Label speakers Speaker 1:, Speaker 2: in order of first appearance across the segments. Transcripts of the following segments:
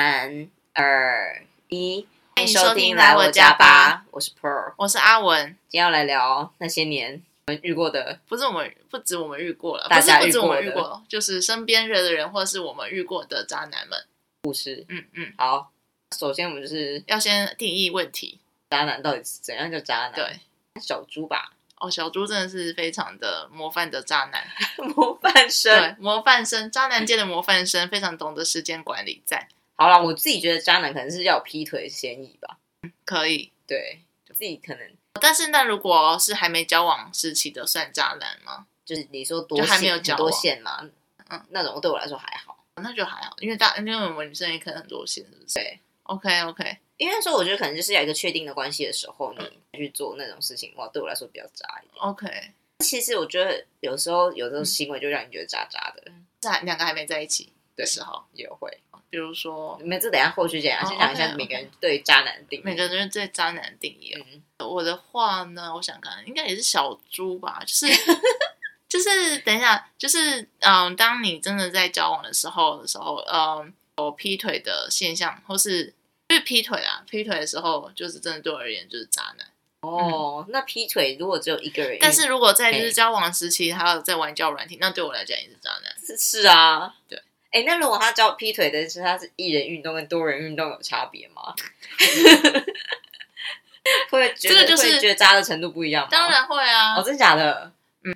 Speaker 1: 三二一，
Speaker 2: 欢迎
Speaker 1: 收
Speaker 2: 收听
Speaker 1: 来
Speaker 2: 来我
Speaker 1: 家
Speaker 2: 家吧，
Speaker 1: 我是 Pearl，
Speaker 2: 我是阿文，
Speaker 1: 今天要来聊那些年我们遇过的，
Speaker 2: 不是我们不止我们遇过了，
Speaker 1: 大
Speaker 2: 不是
Speaker 1: 家
Speaker 2: 不
Speaker 1: 遇
Speaker 2: 止我们
Speaker 1: 过
Speaker 2: 遇
Speaker 1: 的
Speaker 2: 过，就是身边认识的人或是我们遇过的渣男们。
Speaker 1: 故事。
Speaker 2: 嗯嗯，
Speaker 1: 好，首先我们就是
Speaker 2: 要先定义问题。
Speaker 1: 渣男到底是怎样叫渣男？，
Speaker 2: 对，
Speaker 1: 小猪吧，
Speaker 2: 哦，小猪真的是非常的模范的渣男，
Speaker 1: 模范生。
Speaker 2: 对，模范生，渣男界的模范生，非常懂得时间管理在，
Speaker 1: 好啦，我自己觉得渣男可能是要有劈腿嫌疑吧，
Speaker 2: 可以。
Speaker 1: 对自己可能
Speaker 2: 但是那如果是还没交往时期的算渣男吗？
Speaker 1: 就是你说多
Speaker 2: 就还没
Speaker 1: 线
Speaker 2: 有
Speaker 1: 很
Speaker 2: 交
Speaker 1: 多
Speaker 2: 往
Speaker 1: 线嘛，
Speaker 2: 嗯，
Speaker 1: 那种对我来说还好。
Speaker 2: 那就还好，因为大因为我们女生也可能很多线，是不是？
Speaker 1: 对
Speaker 2: ，OK OK，
Speaker 1: 应该说，我觉得可能就是有一个确定的关系的时候，你去做那种事情，哇，对我来说比较渣一点。
Speaker 2: OK，
Speaker 1: 其实我觉得有时候有这
Speaker 2: 嗯
Speaker 1: 种行为就让你觉得渣渣的，
Speaker 2: 在两个还没在一起的
Speaker 1: 对
Speaker 2: 时候，
Speaker 1: 也会。
Speaker 2: 比如说
Speaker 1: 没有，这等一下后续讲，
Speaker 2: 哦
Speaker 1: 先讲一下
Speaker 2: OK，OK
Speaker 1: 每个人对渣男的定义。
Speaker 2: 每个人对渣男的定义、哦。
Speaker 1: 嗯，
Speaker 2: 我的话呢，我想看，应该也是小猪吧， 就是就是等一下，就是嗯，当你真的在交往的时候的时候，嗯，有劈腿的现象，或是就是劈腿啊，劈腿的时候，就是真的对我而言就是渣男。
Speaker 1: 哦，那劈腿如果只有一个人，
Speaker 2: 嗯但是如果在就
Speaker 1: 哎
Speaker 2: 是交往时期，还有在玩交友软体，那对我来讲也是渣男。
Speaker 1: 是是啊，
Speaker 2: 对。
Speaker 1: 哎，那如果他教劈腿的是他是一人运动跟多人运动有差别 吗？会不会觉得
Speaker 2: 这个就是
Speaker 1: 会觉得渣的程度不一样吗？
Speaker 2: 当，然会啊，
Speaker 1: 哦，真假的？嗯，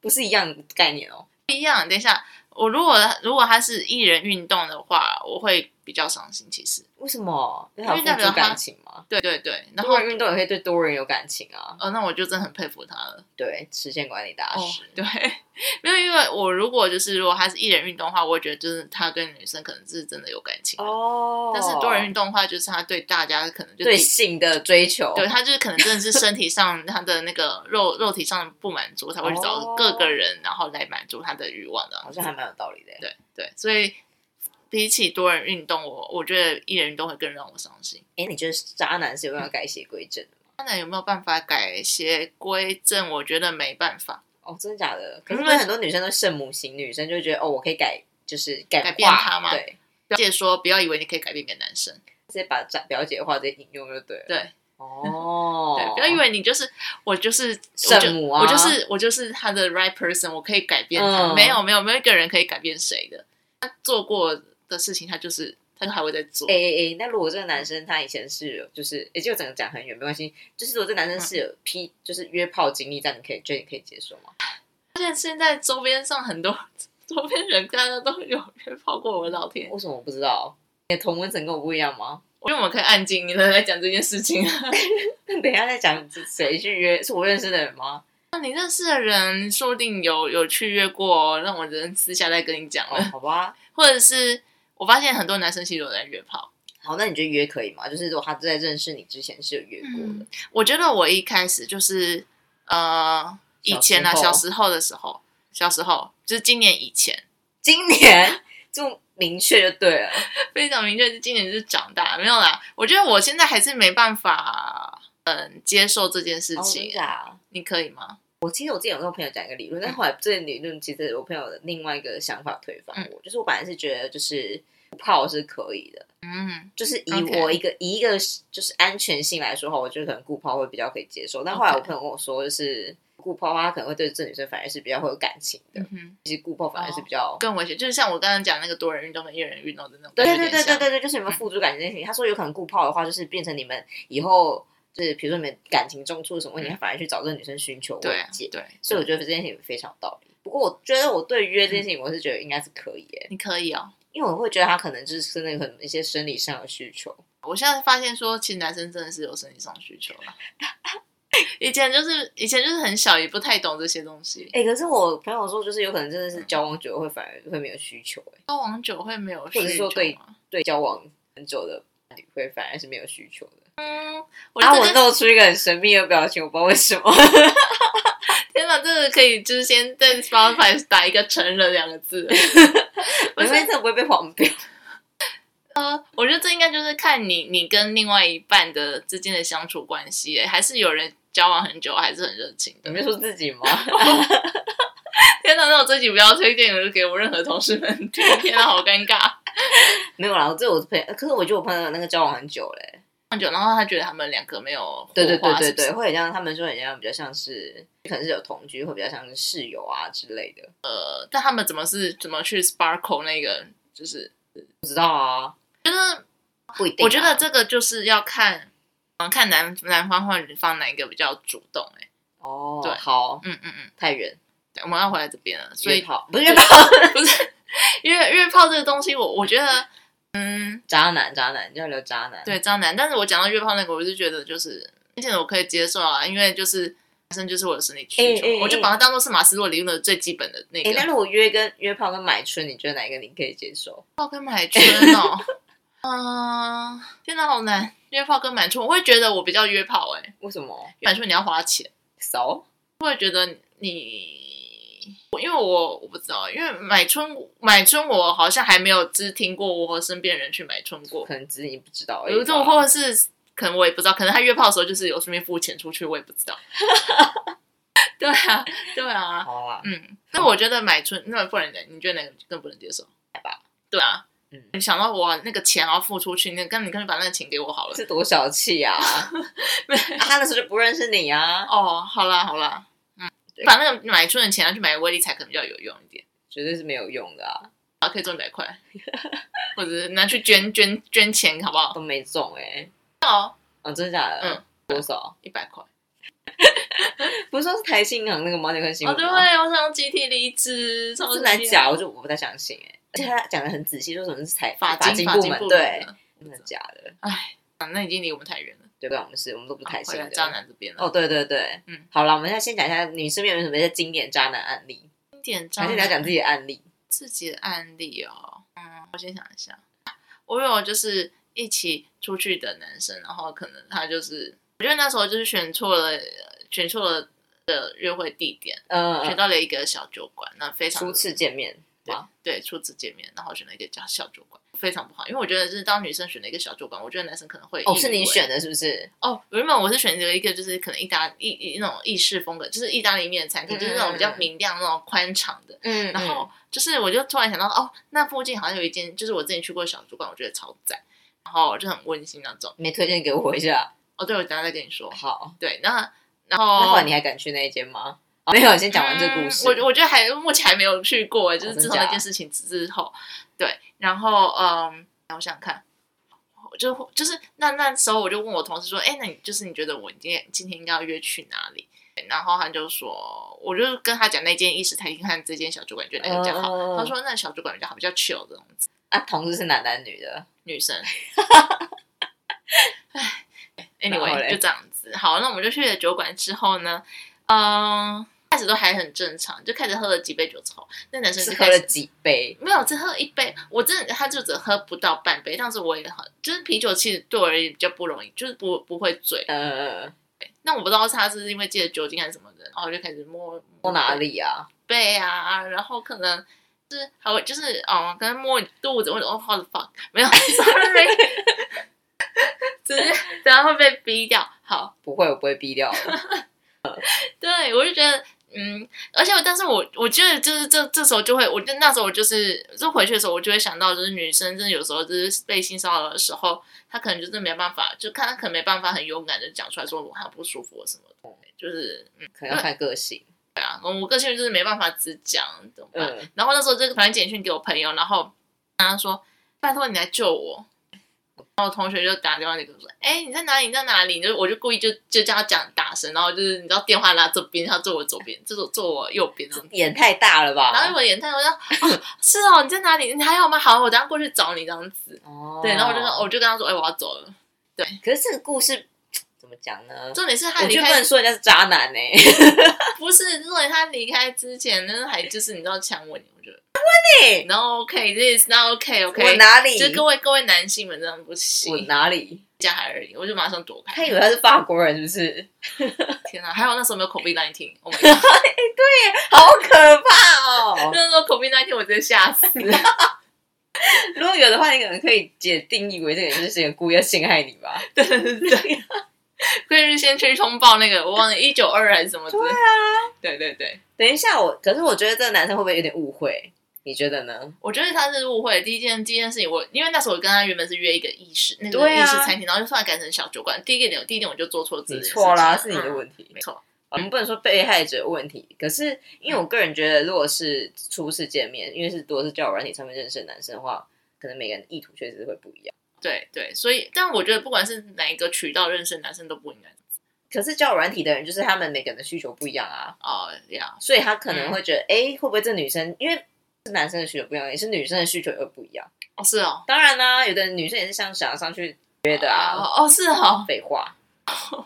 Speaker 1: 不是一样的概念哦。
Speaker 2: 不一样。等一下，我如果如果他是一人运动的话，我会比较伤心。其实，
Speaker 1: 为什么？因为
Speaker 2: 因为代表他
Speaker 1: 感情吗？
Speaker 2: 对对对，然后
Speaker 1: 多人运动也可以对多人有感情啊。
Speaker 2: 呃，那我就真的很佩服他了。
Speaker 1: 对，时间管理大
Speaker 2: 哦
Speaker 1: 师。，
Speaker 2: 对， 没有，因为我如果就是如果他是一人运动的话，我会觉得就是他跟女生可能是真的有感情。
Speaker 1: 哦
Speaker 2: 但是多人运动的话，就是他对大家可能就
Speaker 1: 对
Speaker 2: 自己
Speaker 1: 性的追求，
Speaker 2: 对他就是可能真的是身体上 他的那个肉肉体上不满足，他会去
Speaker 1: 哦
Speaker 2: 找各个人，然后来满足他的欲望这样
Speaker 1: 好
Speaker 2: 子。
Speaker 1: 像还蛮有道理的。欸
Speaker 2: 对对，所以比起多人运动，我我觉得一人运动会更让我伤心。
Speaker 1: 哎，你觉得渣男是有没有改邪归正的？
Speaker 2: 当然有没有办法改邪归正？我觉得没办法，
Speaker 1: 哦，真的假的？可
Speaker 2: 因
Speaker 1: 是
Speaker 2: 为
Speaker 1: 因为很多女生都圣母型，女生就会觉得哦，我可以改，就是改
Speaker 2: 改变
Speaker 1: 化
Speaker 2: 他嘛
Speaker 1: 对，
Speaker 2: 表姐说不要以为你可以改变一个男生，
Speaker 1: 直接把渣表姐的话直接引用就对了。
Speaker 2: 对
Speaker 1: 哦，
Speaker 2: 对，不 要以为你就是我就是
Speaker 1: 圣母啊
Speaker 2: 我就我就是我就是他的 right person，我可以改变他。
Speaker 1: 嗯
Speaker 2: 没有没有没有一个人可以改变谁的，他做过的事情，他就是他就还会再做。
Speaker 1: 哎哎哎，那如果这个男生他以前是有，就是也就整个讲很远没关系，就是如果这个男生是
Speaker 2: 嗯
Speaker 1: 有劈，就是约炮经历，这样你可以，觉得你可以接受吗？
Speaker 2: 而且现在周边上很多 周边人，大家都有约炮过。我的老天，
Speaker 1: 为什么我不知道？你的同温层跟我不一样吗？
Speaker 2: 我觉得我们可以按静音的来讲这件事情。
Speaker 1: 那等一下再讲谁去约，是我认识的人吗？
Speaker 2: 那你认识的人，说不定有有去约过、哦，那我只能私下再跟你讲
Speaker 1: 哦
Speaker 2: 了。，
Speaker 1: 好吧。
Speaker 2: 或者是我发现很多男生其实有在约炮。
Speaker 1: 好，那你觉得约可以吗？就是如果他在认识你之前是有约过的，
Speaker 2: 嗯，我觉得我一开始就是呃，以前啊，
Speaker 1: 小时候
Speaker 2: 小时候的时候，小时候就是今年以前，
Speaker 1: 今年这么明确就对了。
Speaker 2: 非常明确，是今年就是长大没有啦。我觉得我现在还是没办法嗯接受这件事
Speaker 1: 哦，真
Speaker 2: 情，
Speaker 1: 的啊？
Speaker 2: 你可以吗？
Speaker 1: 我其实我之前有跟我朋友讲一个理论，但
Speaker 2: 嗯
Speaker 1: 后来这个理论其实我朋友的另外一个想法推
Speaker 2: 嗯
Speaker 1: 翻我，就是我本来是觉得就是泡是可以的，
Speaker 2: 嗯，
Speaker 1: 就是以
Speaker 2: OK
Speaker 1: 我一个以一个就是安全性来说的话，我觉得可能顾泡会比较可以接受。但后来我
Speaker 2: OK
Speaker 1: 朋友跟我说，就是顾泡的话，他可能会对这女生反而是比较会有感情的，
Speaker 2: 嗯哼，
Speaker 1: 其实顾泡反而是比较
Speaker 2: 更危险，就是像我刚刚讲那个多人运动跟一人运动的那种
Speaker 1: 对
Speaker 2: 感觉
Speaker 1: 对对
Speaker 2: 有点像，嗯
Speaker 1: 对对对对，就是你们付出感情这件事情。他说有可能顾泡的话，就是变成你们以后就是比如说你们感情中出了什么问题，
Speaker 2: 嗯
Speaker 1: 他反而去找这个女生寻求慰
Speaker 2: 对啊
Speaker 1: 藉。
Speaker 2: 对，
Speaker 1: 所以我觉得这件事情非常有道理。不过我觉得我对约这件事
Speaker 2: 嗯
Speaker 1: 情，我是觉得应该是可以耶，
Speaker 2: 你可以哦。
Speaker 1: 因为我会觉得他可能就是真的有很一些生理上的需求。
Speaker 2: 我现在发现说，其实男生真的是有生理上需求了。 以前就是以前就是很小，也不太懂这些东西。
Speaker 1: 哎、可是我朋友说，就是有可能真的是
Speaker 2: 嗯
Speaker 1: 交往久了会反而会没有需求，哎，
Speaker 2: 交往久会没有需
Speaker 1: 或者是
Speaker 2: 求
Speaker 1: 说对
Speaker 2: 吗？
Speaker 1: 对交往很久的伴侣会反而是没有需求的。
Speaker 2: 我
Speaker 1: 然后啊我
Speaker 2: 真的
Speaker 1: 露出一个很神秘的表情，我不知道为什么。
Speaker 2: 天哪，这个可以就是先在 Spotify 打一个“成人”两个字。不
Speaker 1: 因
Speaker 2: 是
Speaker 1: 为这不会被黄标。
Speaker 2: 我觉得这应该就是看你你跟另外一半的之间的相处关系，还是有人交往很久还是很热情
Speaker 1: 你
Speaker 2: 的。
Speaker 1: 没说自己吗？
Speaker 2: 天哪，那我自己不要推荐，我就给我任何同事们听。天哪，好尴尬。
Speaker 1: 没有啦，我这我朋友，可是我觉得我朋友那个交往很久嘞、
Speaker 2: 很久，然后他觉得他们两个没有
Speaker 1: 对对
Speaker 2: 火
Speaker 1: 对
Speaker 2: 花
Speaker 1: 对
Speaker 2: 是不是
Speaker 1: 对，会很像他们说很像比较像是，可能是有同居，会比较像是室友啊之类的，
Speaker 2: 呃，但他们怎么是怎么去 sparkle 那个，就是
Speaker 1: 不知道啊，
Speaker 2: 觉得
Speaker 1: 不一定啊、
Speaker 2: 我觉得这个就是要看，嗯，看男男方或女方哪一个比较主动、欸，
Speaker 1: 哦，
Speaker 2: 对
Speaker 1: 好，
Speaker 2: 嗯嗯嗯
Speaker 1: 太远，
Speaker 2: 对，我们要回来这边了，所
Speaker 1: 约
Speaker 2: 以
Speaker 1: 炮不是约炮，
Speaker 2: 不是因为因为炮这个东西我，我觉得，嗯，
Speaker 1: 渣男渣男要聊渣男，
Speaker 2: 对渣男，但是我讲到约炮那个，我就觉得就是，现在我可以接受啊，因为就是男生就是我的生理需求，
Speaker 1: 哎哎哎
Speaker 2: 我就把它当做是马斯洛理论的最基本的那
Speaker 1: 哎、
Speaker 2: 个。
Speaker 1: 那如果约跟约炮跟买春，你觉得哪一个你可以接受？
Speaker 2: 约炮跟买春哦，嗯，天哪，好难。约炮跟买春，我会觉得我比较约炮哎、
Speaker 1: 为什么？
Speaker 2: 买春你要花钱，
Speaker 1: 骚？
Speaker 2: 我会觉得你，我因为我我不知道，因为买春买春我好像还没有只听过我和身边人去买春过，
Speaker 1: 可能只是你不知道而已吧。
Speaker 2: 有这种或者是可能我也不知道，可能他约炮的时候就是有顺便付钱出去，我也不 知道。对啊，对啊，
Speaker 1: 好啦，
Speaker 2: 嗯，那我觉得买春，那不然呢？你觉得哪个更不能接受？
Speaker 1: 吧，
Speaker 2: 对啊，
Speaker 1: 嗯
Speaker 2: 你想到我那个钱要付出去，那跟你干脆把那个钱给我好了。
Speaker 1: 是多小气 啊！啊
Speaker 2: 没
Speaker 1: 他那时候就不认识你啊，
Speaker 2: 哦，好啦好啦，嗯
Speaker 1: 对，
Speaker 2: 把那个买春的钱拿去买威力彩，可能比较有用一点，
Speaker 1: 绝对是没有用的啊，
Speaker 2: 啊，可以赚一百块， 或者是拿去捐捐捐钱，好不好？
Speaker 1: 都没中哎、
Speaker 2: 哦，
Speaker 1: 哦，真的假的？
Speaker 2: 嗯，
Speaker 1: 多少？
Speaker 2: 一百块。
Speaker 1: 不是说是台新行那个毛那份新
Speaker 2: 哦，
Speaker 1: 闻
Speaker 2: 对，
Speaker 1: 吗？
Speaker 2: 我想集体离职，超
Speaker 1: 这
Speaker 2: 级啊
Speaker 1: 么难。假，我就我不太相信哎、而且他讲的很仔细，说什么是财
Speaker 2: 法
Speaker 1: 经
Speaker 2: 经
Speaker 1: 部
Speaker 2: 门
Speaker 1: 门，
Speaker 2: 对
Speaker 1: 对，，真的假的？
Speaker 2: 啊那已经离我们太远了，
Speaker 1: 对，不然我们是，我们都不是台
Speaker 2: 啊
Speaker 1: 新
Speaker 2: 回
Speaker 1: 的、
Speaker 2: 来渣男这边了。
Speaker 1: 哦，对对对，
Speaker 2: 嗯
Speaker 1: 嗯，好了，我们现在先讲一下你身边有没有什么一些经典渣男案例，
Speaker 2: 经典渣
Speaker 1: 还是你要
Speaker 2: 男
Speaker 1: 讲自己的案例？
Speaker 2: 自己的案例哦。嗯，我先想一下，我有就是一起出去的男生，然后可能他就是，我觉得那时候就是选错了，选错了的约会地点，
Speaker 1: 嗯、
Speaker 2: 选
Speaker 1: 呃，
Speaker 2: 到了一个小酒馆，那非常
Speaker 1: 初次见面
Speaker 2: 对
Speaker 1: 吗？
Speaker 2: 对初次见面，然后选了一个叫小酒馆，非常不好，因为我觉得是当女生选了一个小酒馆，我觉得男生可能会
Speaker 1: 哦，
Speaker 2: 意
Speaker 1: 是你
Speaker 2: 为
Speaker 1: 选的，是不是？
Speaker 2: 哦，原本我是选择一个就是可能意大意意那种意式风格，就是意大利面的餐
Speaker 1: 嗯
Speaker 2: 厅，就是那种比较明亮、那种宽敞的。
Speaker 1: 嗯
Speaker 2: 然后就是我就突然想到，哦，那附近好像有一间，就是我之前去过的小主管，我觉得超赞，然后就很温馨那种。
Speaker 1: 没推荐给我一下。
Speaker 2: 哦，对，我等一下再跟你说。
Speaker 1: 好，
Speaker 2: 对，那
Speaker 1: 那
Speaker 2: 然后
Speaker 1: 后来你还敢去那一间吗？哦没有，先讲完这个故事。
Speaker 2: 哦
Speaker 1: 哦
Speaker 2: 嗯我我觉得还目前还没有去过，就是
Speaker 1: 真
Speaker 2: 自从那
Speaker 1: 假
Speaker 2: 件事情之后，对，然后嗯，我想想看，我就就是那那时候我就问我同事说，哎，那你就是你觉得我今天今天应该要约去哪里？然后他就说，我就跟他讲那间意式餐厅和这间小主管，觉得哪个比较好。
Speaker 1: 嗯嗯嗯
Speaker 2: 他说那小主管比较好，比较 chill 这种子
Speaker 1: 啊，同事是男男女的，
Speaker 2: 女生。哎
Speaker 1: 然后
Speaker 2: ，anyway
Speaker 1: 嘞
Speaker 2: 就这样子。好，那我们就去了酒馆之后呢，嗯，开始都还很正常，就开始喝了几杯酒之后，那男生就是开
Speaker 1: 喝了
Speaker 2: 始。
Speaker 1: 几杯？
Speaker 2: 没有，只喝一杯，我真的他就只喝不到半杯，但是我也很，就是啤酒其实对我而言比较不容易，就是不不会醉。
Speaker 1: 呃，
Speaker 2: 那我不知道是他是因为借了酒精还是什么的，然后就开始摸
Speaker 1: 摸哪里啊？
Speaker 2: 背啊，然后可能就是还会就是哦，可能摸你肚子，我就哦 how the fuck，没有 sorry，直接等下会被逼掉。好，
Speaker 1: 不会，我不会逼 掉的。
Speaker 2: 对我就觉得。嗯，而且我但是我我觉得就是这这时候就会，我就那时候我就是就回去的时候，我就会想到，就是女生真的有时候就是被性骚扰的时候，她可能就是没办法，就看她可能没办法很勇敢的讲出来说我很不舒服什么的，就是嗯
Speaker 1: 可能要看个 性。
Speaker 2: 对啊，我个性就是没办法只讲，怎么办？
Speaker 1: 嗯，
Speaker 2: 然后那时候这个反正简讯给我朋友，然后跟他说：“拜托你来救我。”然后我同学就打电话给我说：“哎、你在哪里？你在哪里？”就我就故意就就叫他讲大声，然后就是你知道电话拉这边，他坐我左 边，坐坐我右边这样子。
Speaker 1: 眼太大了
Speaker 2: 然
Speaker 1: 吧？
Speaker 2: 后我眼看我就、哦、是哦，你在哪里？你还好吗？好，我等下过去找你这样子。
Speaker 1: 哦
Speaker 2: 对，然后我就说，我就跟他说：“哎、我要走了。
Speaker 1: 可是这个故事怎么讲呢”？
Speaker 2: 重点是他
Speaker 1: 我
Speaker 2: 离
Speaker 1: 觉得不能
Speaker 2: 开，
Speaker 1: 说人家是渣男呢、
Speaker 2: 不是重点他离开之前，那还就是你知道强吻你，我觉得
Speaker 1: 问你
Speaker 2: no OK，this not OK
Speaker 1: 我
Speaker 2: OK，
Speaker 1: 哪里？
Speaker 2: 就各位各位男性们真的不行，
Speaker 1: 我哪里？
Speaker 2: 加海而已，我就马上躲
Speaker 1: 他
Speaker 2: 开。
Speaker 1: 以为他是法国人，是不是？
Speaker 2: 天哪、还好那时候没有 COVID nineteen，我 那
Speaker 1: 好可怕 哦！
Speaker 2: 时候 COVID nineteen 我直接吓死。
Speaker 1: 如果有的话，你可能可以解定义为这个人就是有故意要陷害你吧？
Speaker 2: 对对 对，可以先去通报那个，我忘了一九二还是什么之类。
Speaker 1: 啊。
Speaker 2: 对对对，
Speaker 1: 等一下我，可是我觉得这个男生会不会有点误会？你觉得呢？
Speaker 2: 我觉得他是误会。第一件第一件事情我，因为那时候我跟他原本是约一个意式那个
Speaker 1: 对
Speaker 2: 意
Speaker 1: 啊
Speaker 2: 式餐厅，然后就突然改成小酒馆。第一个点，第一点我就做错字，
Speaker 1: 你错啦，是你的
Speaker 2: 题、
Speaker 1: 问题。
Speaker 2: 嗯没错。
Speaker 1: 我们不能说被害者有问题，可是因为
Speaker 2: 嗯
Speaker 1: 我个人觉得，如果是初次见面，因为是多是交友软体上面认识的男生的话，可能每个人意图确实会不一样。
Speaker 2: 对对，所以但我觉得不管是哪一个渠道认识的男生都不应该
Speaker 1: 可是交友软体的人，就是他们每个人的需求不一样啊，
Speaker 2: 哦呀，
Speaker 1: 所以他可
Speaker 2: 嗯
Speaker 1: 能会觉得，哎、会不会这女生因为是男生的需求不一样，也是女生的需求又不一样？
Speaker 2: 哦是哦，
Speaker 1: 当然啦、有的女生也是像想要上去约的啊，
Speaker 2: 哦哦是哦，
Speaker 1: 废话。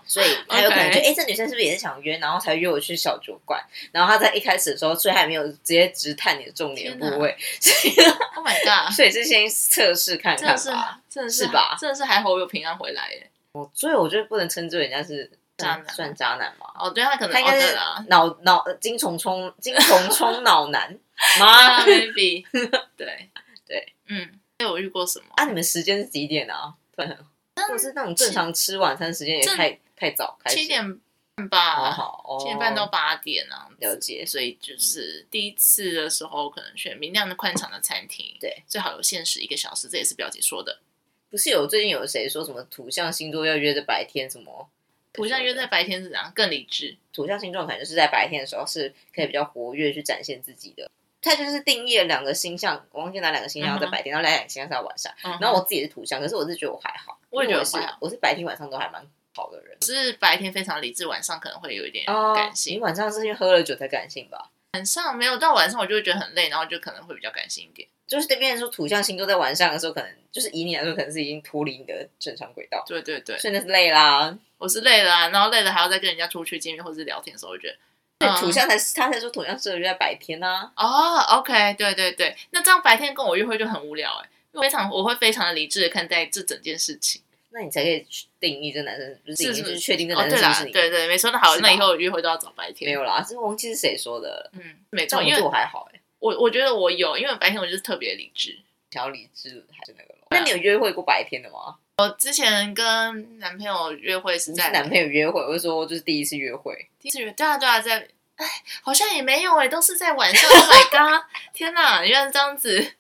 Speaker 1: 所以他有可能
Speaker 2: OK
Speaker 1: 就哎、诶这女生是不是也是想约，然后才约我去小酒馆？然后他在一开始的时候，所以还没有直接直探你的重点部位，所以
Speaker 2: Oh my god！
Speaker 1: 所以是先测试看
Speaker 2: 真的
Speaker 1: 看
Speaker 2: 是
Speaker 1: 吧。，
Speaker 2: 真的是
Speaker 1: 是吧
Speaker 2: 真的是还好我有平安回来耶。
Speaker 1: 所以我觉得不能称之为人家是
Speaker 2: 渣男
Speaker 1: 算渣男嘛，
Speaker 2: 哦，对他可能
Speaker 1: 他应该
Speaker 2: 哦
Speaker 1: 是
Speaker 2: 对啦，
Speaker 1: 脑脑精虫冲精虫冲脑男妈
Speaker 2: 啊 maybe 对
Speaker 1: 对，
Speaker 2: 嗯，那有遇过什么？
Speaker 1: 啊！你们时间是几点啊？对，如果是那种正常吃晚餐时间也
Speaker 2: 嗯正
Speaker 1: 太太早开始，
Speaker 2: 七点半
Speaker 1: 好
Speaker 2: 吧，
Speaker 1: 好，哦
Speaker 2: 七点半到八点啊，
Speaker 1: 了解
Speaker 2: 所以就是第一次的时候，可能选明亮的宽敞的餐厅，
Speaker 1: 对，
Speaker 2: 最好有限时一个小时，这也是表姐说的。
Speaker 1: 不是有最近有谁说什么土象星座要约在白天什么？
Speaker 2: 图像约在白天是怎样更理智？
Speaker 1: 土象星座，可能就是在白天的时候是可以比较活跃去展现自己的。它就是定义了两个星象，我忘记哪两个星象要在
Speaker 2: 嗯
Speaker 1: 白天，然后哪两个星象是在晚上。
Speaker 2: 然
Speaker 1: 嗯然后我自己是土象，可是我是觉得我还好，
Speaker 2: 嗯我也觉得
Speaker 1: 因为
Speaker 2: 我还
Speaker 1: 是
Speaker 2: 好
Speaker 1: 我是白天晚上都还蛮好的人。哦
Speaker 2: 是白天非常理智，晚上可能会有一点感
Speaker 1: 你
Speaker 2: 性。
Speaker 1: 晚上是因为喝了酒才感性吧？
Speaker 2: 晚上没有到晚上，我就会觉得很累，然后就可能会比较感性一点。
Speaker 1: 就是对别人说土象星座在晚上的时候，可能就是以你来说，可能是已经脱离你的正常轨道，
Speaker 2: 对对对，
Speaker 1: 所以那是累啦。
Speaker 2: 我是累了、啊，然后累了还要再跟人家出去见面或者是聊天的时候，我觉得
Speaker 1: 对
Speaker 2: 嗯，
Speaker 1: 土象才他才说土象适合约在白天啊。
Speaker 2: 哦，OK，对对对，那这样白天跟我约会就很无聊哎、因为非常我会非常的理智的看待这整件事情。
Speaker 1: 那你才可以去定义这男生，不是定义
Speaker 2: 是不
Speaker 1: 就是是确定这
Speaker 2: 哦，
Speaker 1: 男生
Speaker 2: 对
Speaker 1: 是不
Speaker 2: 啦
Speaker 1: 是，你。
Speaker 2: 对对，没错，那好，
Speaker 1: 是吧
Speaker 2: 那以后约会都要找白
Speaker 1: 没
Speaker 2: 天。
Speaker 1: 有啦，这忘记是谁说的了。
Speaker 2: 嗯，没
Speaker 1: 这
Speaker 2: 错，
Speaker 1: 种
Speaker 2: 因
Speaker 1: 对我
Speaker 2: 为
Speaker 1: 还好哎、欸，
Speaker 2: 我我觉得我有，因为白天我就是特别理智。
Speaker 1: 想要理智还是那个咯。那你有约会过白天的吗？
Speaker 2: 我之前跟男朋友约会是
Speaker 1: 你
Speaker 2: 在
Speaker 1: 是男朋友约会，我就说就是第一次约会，
Speaker 2: 第一次约，对啊对啊，在哎，好像也没有哎、都是在晚上。Oh my god！天哪，原来是这样子。